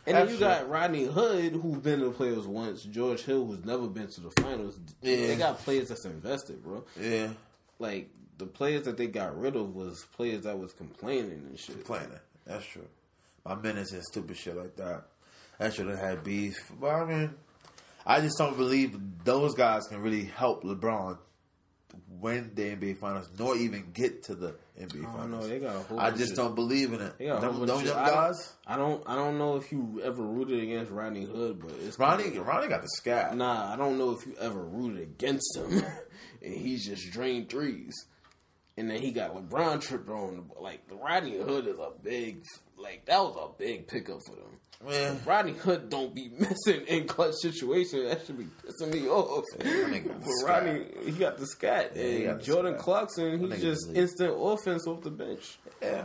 [SPEAKER 2] then
[SPEAKER 1] That's
[SPEAKER 2] you
[SPEAKER 1] true.
[SPEAKER 2] got Rodney Hood, who's been to the playoffs once. George Hill, who's never been to the finals.
[SPEAKER 1] Yeah.
[SPEAKER 2] They got players that's invested, bro.
[SPEAKER 1] yeah,
[SPEAKER 2] Like the players that they got rid of was players that was complaining and shit.
[SPEAKER 1] playing it. That's true. My minutes and stupid shit like that. That should have had beef. But I mean, I just don't believe those guys can really help LeBron win the NBA Finals, nor even get to the NBA
[SPEAKER 2] I don't know.
[SPEAKER 1] Finals.
[SPEAKER 2] They got a whole
[SPEAKER 1] I
[SPEAKER 2] bunch
[SPEAKER 1] just
[SPEAKER 2] of-
[SPEAKER 1] don't believe in it.
[SPEAKER 2] They got a whole
[SPEAKER 1] Them,
[SPEAKER 2] bunch
[SPEAKER 1] them
[SPEAKER 2] of-
[SPEAKER 1] young
[SPEAKER 2] I don't-
[SPEAKER 1] guys.
[SPEAKER 2] I don't. I don't know if you ever rooted against Rodney Hood, but it's
[SPEAKER 1] Ronnie, Ronnie got the scat.
[SPEAKER 2] Nah, I don't know if you ever rooted against him, and he's just drained threes, and then he got LeBron tripped on. Like Rodney Hood is a big. Like that was a big pickup for them.
[SPEAKER 1] Man,
[SPEAKER 2] Rodney Hood don't be missing in clutch situations. That should be pissing me off.
[SPEAKER 1] nigga got the
[SPEAKER 2] But
[SPEAKER 1] scat.
[SPEAKER 2] Rodney, he got the scat,
[SPEAKER 1] he
[SPEAKER 2] and
[SPEAKER 1] got the
[SPEAKER 2] Jordan
[SPEAKER 1] scat.
[SPEAKER 2] Clarkson,
[SPEAKER 1] That
[SPEAKER 2] he's
[SPEAKER 1] nigga
[SPEAKER 2] just
[SPEAKER 1] believe.
[SPEAKER 2] instant offense off the bench.
[SPEAKER 1] yeah.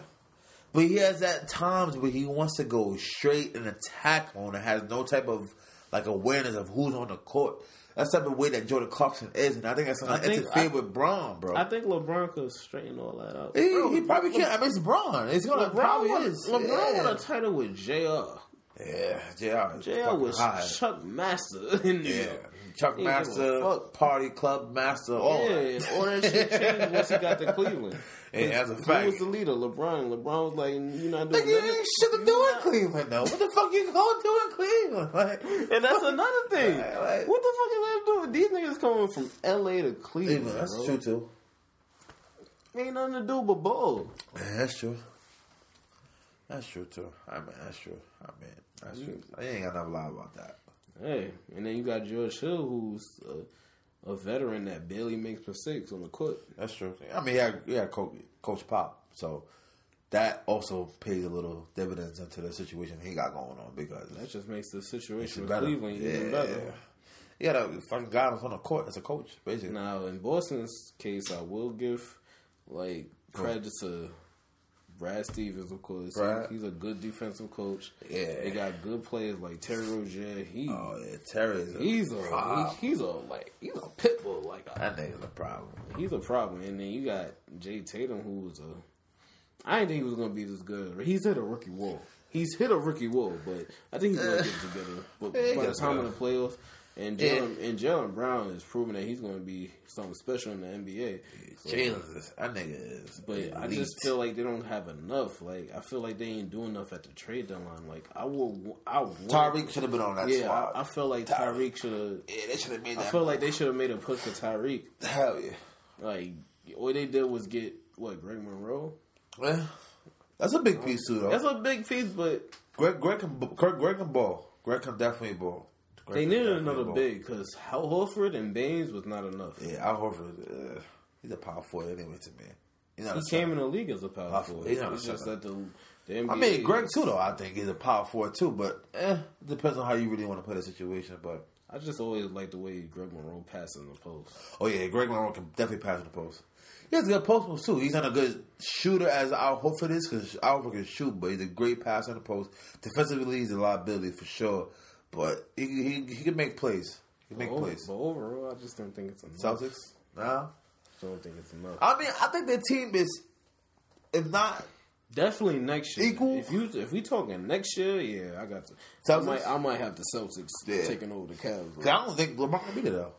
[SPEAKER 1] But he has that times where he wants to go straight and attack on and has no type of like awareness of who's on the court. That's the type of way that Jordan Clarkson is, and I think that's gonna
[SPEAKER 2] I think-
[SPEAKER 1] interfere
[SPEAKER 2] I-
[SPEAKER 1] with Braun, bro.
[SPEAKER 2] I think LeBron could straighten all that out.
[SPEAKER 1] he, he probably can't. I mean, it's Braun. It's gonna
[SPEAKER 2] LeBron,
[SPEAKER 1] probably
[SPEAKER 2] won,
[SPEAKER 1] is.
[SPEAKER 2] LeBron
[SPEAKER 1] yeah.
[SPEAKER 2] won a title with JR.
[SPEAKER 1] yeah, JR.
[SPEAKER 2] JR was Chuck Master in
[SPEAKER 1] yeah.
[SPEAKER 2] there.
[SPEAKER 1] Chuck
[SPEAKER 2] He didn't give a
[SPEAKER 1] Master,
[SPEAKER 2] fuck.
[SPEAKER 1] Party Club Master, all
[SPEAKER 2] Yeah,
[SPEAKER 1] that.
[SPEAKER 2] and all that shit changed once he got to Cleveland.
[SPEAKER 1] Yeah, that's a
[SPEAKER 2] Who
[SPEAKER 1] fact.
[SPEAKER 2] was the leader? LeBron. LeBron was like, you're not doing
[SPEAKER 1] Nigga, you
[SPEAKER 2] nothing.
[SPEAKER 1] ain't shit to do in Cleveland, though. What the fuck you gonna do in Cleveland? Like,
[SPEAKER 2] And that's another thing.
[SPEAKER 1] Right, right.
[SPEAKER 2] What the fuck is that doing? These niggas coming from LA to Cleveland.
[SPEAKER 1] Cleveland, that's
[SPEAKER 2] bro.
[SPEAKER 1] true too.
[SPEAKER 2] Ain't nothing to do but ball.
[SPEAKER 1] Yeah, that's true. That's true too. I mean, that's true. I mean, that's true. I ain't got nothing to lie about that.
[SPEAKER 2] Hey, and then you got George Hill, who's a, a veteran that barely makes mistakes on the court.
[SPEAKER 1] That's true. I mean, yeah, yeah, Coach, Coach Pop. So that also pays a little dividends into the situation he got going on because
[SPEAKER 2] That just makes the
[SPEAKER 1] it's
[SPEAKER 2] situation with
[SPEAKER 1] better.
[SPEAKER 2] Cleveland even better.
[SPEAKER 1] Yeah, that fucking guy was on the court as a coach, basically.
[SPEAKER 2] Now, in Boston's case, I will give like credit to Brad Stevens, of course. He-
[SPEAKER 1] Brad.
[SPEAKER 2] He's a good defensive coach.
[SPEAKER 1] Yeah.
[SPEAKER 2] they got good players like Terry Rozier. He
[SPEAKER 1] Oh yeah, Terry's a
[SPEAKER 2] he's a
[SPEAKER 1] problem.
[SPEAKER 2] he, he's a like he's a pit bull. Like
[SPEAKER 1] that nigga's a problem.
[SPEAKER 2] he's a problem. And then you got Jay Tatum, who was a I didn't think he was gonna be this good. He's hit a rookie wall. He's hit a rookie wall, but I think he's gonna get it together. But
[SPEAKER 1] Yeah, he
[SPEAKER 2] by the
[SPEAKER 1] gets
[SPEAKER 2] time
[SPEAKER 1] it.
[SPEAKER 2] of the playoffs, and
[SPEAKER 1] Yeah.
[SPEAKER 2] Jalen and Jalen Brown is proving that he's gonna be something special in the NBA. So-
[SPEAKER 1] Jalen, is- that nigga is.
[SPEAKER 2] but I
[SPEAKER 1] elite.
[SPEAKER 2] just feel like they don't have enough. Like I feel like they ain't doing enough at the trade deadline. Like I will, I want,
[SPEAKER 1] Tyreek should have been on that
[SPEAKER 2] Yeah,
[SPEAKER 1] squad.
[SPEAKER 2] I, I feel like Tyreek should.
[SPEAKER 1] yeah, they should have made
[SPEAKER 2] I
[SPEAKER 1] that.
[SPEAKER 2] feel like they should have made a push for Tyreek.
[SPEAKER 1] Hell yeah.
[SPEAKER 2] Like all they did was get what Greg Monroe.
[SPEAKER 1] Well, that's a big piece too, though.
[SPEAKER 2] That's a big piece, but
[SPEAKER 1] Greg, Greg can, Greg, Greg can ball. Greg can definitely ball. Greg
[SPEAKER 2] they
[SPEAKER 1] can
[SPEAKER 2] needed
[SPEAKER 1] definitely
[SPEAKER 2] another
[SPEAKER 1] ball.
[SPEAKER 2] big because Hal Horford and Baines was not enough.
[SPEAKER 1] Yeah, Al Horford. Uh, he's a power forward anyway to me. He's not
[SPEAKER 2] He
[SPEAKER 1] a
[SPEAKER 2] came
[SPEAKER 1] center.
[SPEAKER 2] in the league as a power
[SPEAKER 1] Power
[SPEAKER 2] forward.
[SPEAKER 1] forward. He's not
[SPEAKER 2] It's
[SPEAKER 1] a
[SPEAKER 2] just
[SPEAKER 1] center.
[SPEAKER 2] that the, the NBA
[SPEAKER 1] I mean, Greg too, though. I think he's a power forward too, but eh, depends on how you really want to play the situation. But
[SPEAKER 2] I just always like the way Greg Monroe passes in the post.
[SPEAKER 1] oh yeah, Greg Monroe can definitely pass in the post. He has a good post move too. He's not a good shooter as Al Horford is because Al Horford can shoot, but he's a great passer in the post. Defensively, he's a liability for sure, but he he, he can make plays. He can make
[SPEAKER 2] But over-
[SPEAKER 1] plays.
[SPEAKER 2] Oh, But overall, I just don't think it's enough.
[SPEAKER 1] Celtics? Nah.
[SPEAKER 2] I don't think it's enough.
[SPEAKER 1] I mean, I think their team is, if not,
[SPEAKER 2] Definitely next year.
[SPEAKER 1] Equal?
[SPEAKER 2] If you if we talking next year, yeah, I got the. I
[SPEAKER 1] Celtics?
[SPEAKER 2] might I might have the Celtics
[SPEAKER 1] Yeah.
[SPEAKER 2] taking over the Cavs.
[SPEAKER 1] I
[SPEAKER 2] bro.
[SPEAKER 1] don't think LeBron will be there though.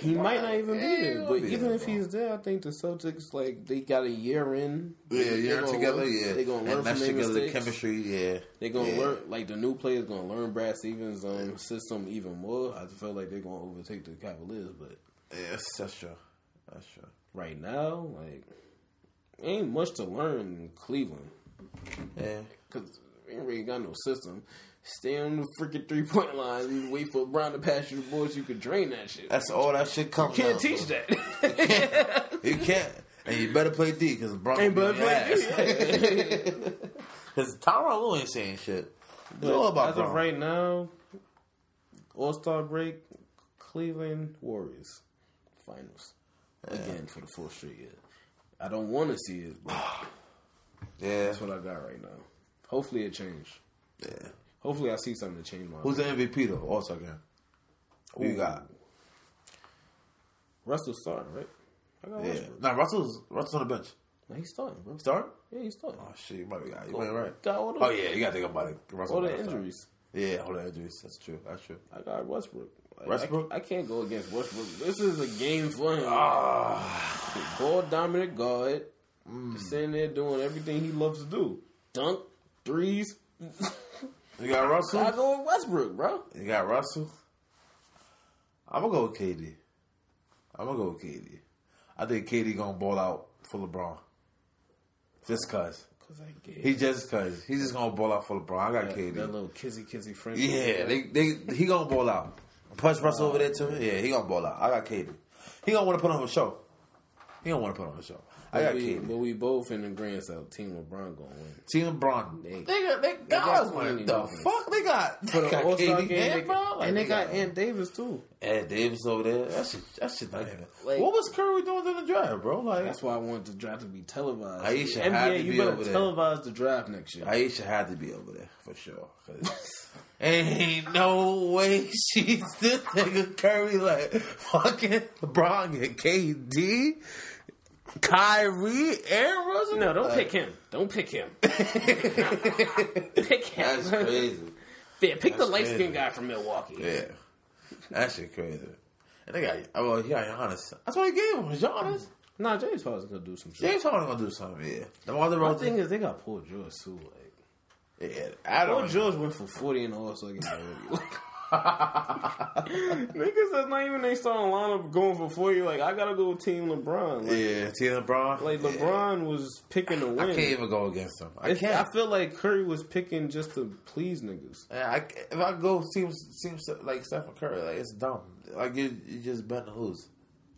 [SPEAKER 2] He might not even
[SPEAKER 1] Yeah,
[SPEAKER 2] be there.
[SPEAKER 1] he'll
[SPEAKER 2] But
[SPEAKER 1] be
[SPEAKER 2] even
[SPEAKER 1] there,
[SPEAKER 2] if
[SPEAKER 1] bro.
[SPEAKER 2] he's there, I think the Celtics like they got a year in.
[SPEAKER 1] Yeah,
[SPEAKER 2] They
[SPEAKER 1] yeah,
[SPEAKER 2] gonna
[SPEAKER 1] together,
[SPEAKER 2] learn-
[SPEAKER 1] yeah.
[SPEAKER 2] They gonna learn
[SPEAKER 1] and mesh
[SPEAKER 2] from their
[SPEAKER 1] together the
[SPEAKER 2] mistakes.
[SPEAKER 1] chemistry, yeah.
[SPEAKER 2] They gonna
[SPEAKER 1] yeah.
[SPEAKER 2] learn like the new players gonna learn Brad Stevens' um, system even more. I feel like they're gonna overtake the Cavaliers, but
[SPEAKER 1] Yes, that's true. That's true.
[SPEAKER 2] right now, like, ain't much to learn in Cleveland.
[SPEAKER 1] Yeah.
[SPEAKER 2] Because we ain't really got no system. Stay on the freaking three point line and wait for Brown to pass you the ball so you can drain that shit.
[SPEAKER 1] That's all that shit comes.
[SPEAKER 2] Can't
[SPEAKER 1] down
[SPEAKER 2] teach
[SPEAKER 1] to.
[SPEAKER 2] that.
[SPEAKER 1] You can't, and you better play D because LeBron
[SPEAKER 2] Ain't
[SPEAKER 1] ain't
[SPEAKER 2] but
[SPEAKER 1] better play
[SPEAKER 2] play
[SPEAKER 1] Because Tyronn Lue ain't saying shit. It's all about
[SPEAKER 2] as of
[SPEAKER 1] Bron.
[SPEAKER 2] right now, All Star break, Cleveland Warriors finals again for the fourth straight year. I don't want to see it, but
[SPEAKER 1] Yeah.
[SPEAKER 2] that's what I got right now. Hopefully it change.
[SPEAKER 1] yeah.
[SPEAKER 2] Hopefully I see something to change my.
[SPEAKER 1] Who's the MVP though? All star game. Who you
[SPEAKER 2] Ooh.
[SPEAKER 1] got?
[SPEAKER 2] Russell starting right? I got
[SPEAKER 1] Yeah.
[SPEAKER 2] Westbrook.
[SPEAKER 1] Nah, Russell's Russell's on the bench.
[SPEAKER 2] Nah, he's starting, bro.
[SPEAKER 1] Start?
[SPEAKER 2] Yeah, he's starting.
[SPEAKER 1] Oh shit, you might be you might be right.
[SPEAKER 2] Got all the-
[SPEAKER 1] Oh yeah, you gotta think about it. Russell
[SPEAKER 2] All the
[SPEAKER 1] gotta start.
[SPEAKER 2] injuries.
[SPEAKER 1] Yeah, all the injuries. That's true. That's true.
[SPEAKER 2] I got Westbrook. Like,
[SPEAKER 1] Westbrook?
[SPEAKER 2] I, I can't go against Westbrook. This is a game for him.
[SPEAKER 1] Ah,
[SPEAKER 2] Ball dominant guard, just sitting there doing everything he loves to do. Dunk, threes.
[SPEAKER 1] you got
[SPEAKER 2] I
[SPEAKER 1] Russell.
[SPEAKER 2] go with Westbrook, bro.
[SPEAKER 1] You got Russell. I'm gonna go with KD. I'm gonna go with KD. I think KD gonna ball out for LeBron. Just cause
[SPEAKER 2] Cause I get
[SPEAKER 1] he just cause he's just gonna ball out for LeBron. I got
[SPEAKER 2] that,
[SPEAKER 1] KD.
[SPEAKER 2] that little kizzy kizzy friend.
[SPEAKER 1] Yeah, they they he gonna ball out. Punch Russell over there too. Yeah, he gonna ball out. I got KD. He gonna want to put on a show. He gonna want to put on a show. I got
[SPEAKER 2] but, we,
[SPEAKER 1] KD.
[SPEAKER 2] but we both in the grand south. Team LeBron gonna win.
[SPEAKER 1] Team LeBron.
[SPEAKER 2] They-
[SPEAKER 1] They, got they
[SPEAKER 2] got
[SPEAKER 1] got one.
[SPEAKER 2] plenty
[SPEAKER 1] The
[SPEAKER 2] of
[SPEAKER 1] fuck they got?
[SPEAKER 2] For
[SPEAKER 1] They
[SPEAKER 2] the
[SPEAKER 1] got
[SPEAKER 2] All Star
[SPEAKER 1] KD
[SPEAKER 2] game, they,
[SPEAKER 1] and Bron. Like,
[SPEAKER 2] and they got
[SPEAKER 1] Ant
[SPEAKER 2] Ant Davis too.
[SPEAKER 1] Davis over there. That shit. That shit. Not even.
[SPEAKER 2] like-
[SPEAKER 1] what was Curry doing during the draft, bro? Like
[SPEAKER 2] That's why I want the draft to be televised.
[SPEAKER 1] Aisha
[SPEAKER 2] NBA,
[SPEAKER 1] had to
[SPEAKER 2] you
[SPEAKER 1] be
[SPEAKER 2] better
[SPEAKER 1] over there.
[SPEAKER 2] televise the draft next year.
[SPEAKER 1] Aisha had to be over there for sure. 'cause Ain't no way she's this nigga Curry like fucking LeBron and KD, Kyrie, and Russell.
[SPEAKER 2] no, don't
[SPEAKER 1] Like,
[SPEAKER 2] pick him. Don't pick him. pick him.
[SPEAKER 1] That's crazy.
[SPEAKER 2] Yeah, pick the
[SPEAKER 1] That's
[SPEAKER 2] light
[SPEAKER 1] crazy.
[SPEAKER 2] skinned guy from Milwaukee.
[SPEAKER 1] Yeah, that shit crazy. And they got oh well, he got Giannis. That's what he gave him. was Giannis.
[SPEAKER 2] Nah, James Harden's gonna do some shit.
[SPEAKER 1] James Harden gonna do something. Yeah, the other
[SPEAKER 2] My
[SPEAKER 1] road
[SPEAKER 2] thing
[SPEAKER 1] thing.
[SPEAKER 2] is they got Paul George too. Like
[SPEAKER 1] Yeah, I
[SPEAKER 2] Paul
[SPEAKER 1] don't.
[SPEAKER 2] George went for forty and all so game already. Niggas that's not even they starting lineup going for forty. Like I gotta go team LeBron. Like,
[SPEAKER 1] yeah, Team LeBron.
[SPEAKER 2] like,
[SPEAKER 1] yeah.
[SPEAKER 2] LeBron was picking to win.
[SPEAKER 1] I can't even go against him. I
[SPEAKER 2] It's-
[SPEAKER 1] can't.
[SPEAKER 2] I feel like Curry was picking just to please niggas.
[SPEAKER 1] Yeah, I, if I go seems seems like Stephen Curry, like it's dumb. Like you, you just bent to lose,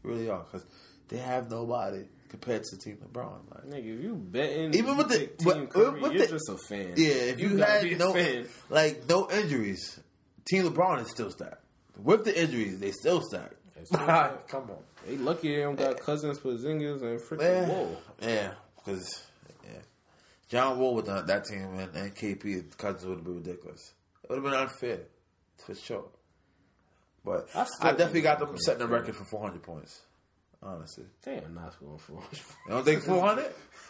[SPEAKER 1] you really are, because they have nobody compared to Team LeBron. Like,
[SPEAKER 2] Nigga, if you betting,
[SPEAKER 1] Even
[SPEAKER 2] you
[SPEAKER 1] with the-
[SPEAKER 2] pick
[SPEAKER 1] with-
[SPEAKER 2] Curry,
[SPEAKER 1] with
[SPEAKER 2] you're
[SPEAKER 1] the-
[SPEAKER 2] just a fan.
[SPEAKER 1] yeah, if you,
[SPEAKER 2] gotta be a
[SPEAKER 1] had no
[SPEAKER 2] fan.
[SPEAKER 1] like no injuries, Team LeBron is still stacked. With the injuries, they still stacked.
[SPEAKER 2] They still stacked.
[SPEAKER 1] Come on,
[SPEAKER 2] They lucky they don't got cousins for Zingas and freaking
[SPEAKER 1] man.
[SPEAKER 2] Whoa.
[SPEAKER 1] Yeah, because yeah, John Wall with that, that team and, and KP cousins would have been ridiculous. It would have been unfair for sure. But
[SPEAKER 2] I
[SPEAKER 1] I,
[SPEAKER 2] still
[SPEAKER 1] definitely
[SPEAKER 2] think
[SPEAKER 1] got them
[SPEAKER 2] they're gonna
[SPEAKER 1] setting the
[SPEAKER 2] win.
[SPEAKER 1] record for 400 points. Honestly,
[SPEAKER 2] They are not going for.
[SPEAKER 1] you don't think 400?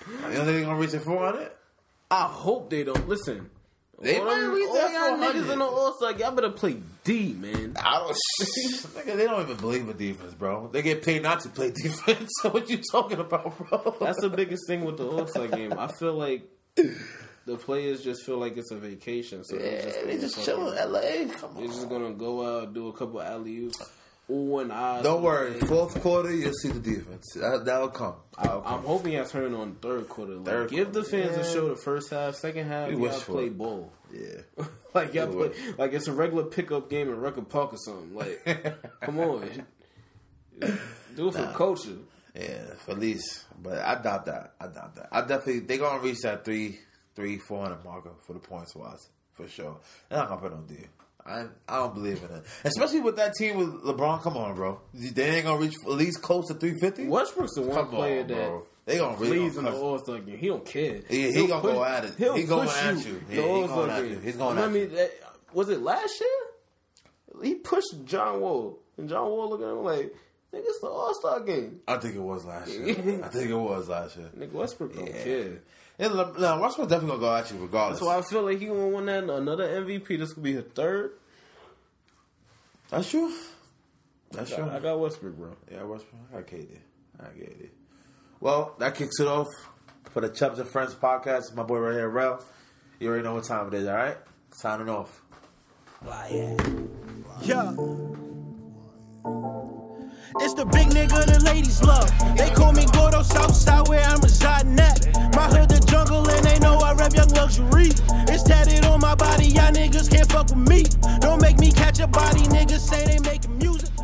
[SPEAKER 1] you don't think they're gonna reach the 400?
[SPEAKER 2] I hope they don't listen.
[SPEAKER 1] They
[SPEAKER 2] all
[SPEAKER 1] might
[SPEAKER 2] them-
[SPEAKER 1] reach
[SPEAKER 2] all
[SPEAKER 1] that
[SPEAKER 2] y'all niggas
[SPEAKER 1] 400.
[SPEAKER 2] in the All Star, y'all better play D, man.
[SPEAKER 1] I don't. Nigga, they don't even believe in defense, bro. They get paid not to play defense. So what you talking about, bro?
[SPEAKER 2] That's the biggest thing with the All Star game. I feel like the players just feel like it's a vacation, so
[SPEAKER 1] yeah, they
[SPEAKER 2] gonna
[SPEAKER 1] just
[SPEAKER 2] fucking-
[SPEAKER 1] chilling. LA, come
[SPEAKER 2] They're
[SPEAKER 1] on.
[SPEAKER 2] just gonna go out, do a couple alley oops, ooh and ah. I.
[SPEAKER 1] Don't worry. Fourth quarter, you'll see the defense. That, that'll come. That'll come.
[SPEAKER 2] I'm hoping y'all turn on third quarter. Like,
[SPEAKER 1] Third
[SPEAKER 2] give the
[SPEAKER 1] quarter,
[SPEAKER 2] fans a
[SPEAKER 1] yeah.
[SPEAKER 2] show the first half, second half.
[SPEAKER 1] We
[SPEAKER 2] y'all
[SPEAKER 1] wish for
[SPEAKER 2] play
[SPEAKER 1] it.
[SPEAKER 2] ball.
[SPEAKER 1] Yeah.
[SPEAKER 2] Like y'all
[SPEAKER 1] We
[SPEAKER 2] play, like it's a regular pickup game in Record Park or something. Like, come on, do it for culture.
[SPEAKER 1] Yeah, Feliz. But I doubt that. I doubt that. I definitely they gonna reach that three, three, four hundred marker for the points wise for sure. They're not gonna put on D. I I don't believe in it, especially with that team with LeBron. Come on, bro. They ain't gonna reach at least close to three fifty.
[SPEAKER 2] Westbrook's the one
[SPEAKER 1] Come
[SPEAKER 2] player
[SPEAKER 1] on,
[SPEAKER 2] that
[SPEAKER 1] bro. They gonna really.
[SPEAKER 2] please in
[SPEAKER 1] Gonna
[SPEAKER 2] the All Star game. He don't care.
[SPEAKER 1] Yeah, he
[SPEAKER 2] He'll
[SPEAKER 1] gonna go at it.
[SPEAKER 2] he'll
[SPEAKER 1] He going
[SPEAKER 2] push
[SPEAKER 1] at you.
[SPEAKER 2] the
[SPEAKER 1] Yeah, he
[SPEAKER 2] All-Star
[SPEAKER 1] going at
[SPEAKER 2] game.
[SPEAKER 1] you. He's going at
[SPEAKER 2] Remember
[SPEAKER 1] you.
[SPEAKER 2] That, was it last year? He pushed John Wall, and John Wall looking at him like, "Nigga, it's the All Star game."
[SPEAKER 1] I think it was last year. I think it was last year.
[SPEAKER 2] Nigga Westbrook don't
[SPEAKER 1] Yeah.
[SPEAKER 2] care.
[SPEAKER 1] And Le- no, Westbrook definitely gonna go at you regardless.
[SPEAKER 2] So I feel like he gonna win that another MVP. This could be his third.
[SPEAKER 1] That's true. That's true.
[SPEAKER 2] I got Westbrook, bro.
[SPEAKER 1] Yeah, Westbrook. I get it. I get it. Well, that kicks it off for the Chubs and Friends podcast. My boy right here, Rel. You already know what time it is, all right? Signing off.
[SPEAKER 4] Yeah. It's the big nigga the ladies love. They call me Gordo Southside where I'm residing at. My hood the jungle and they know I rap young luxury. It's tatted on my body, y'all niggas can't fuck with me. Don't make me catch a body, niggas say they making music.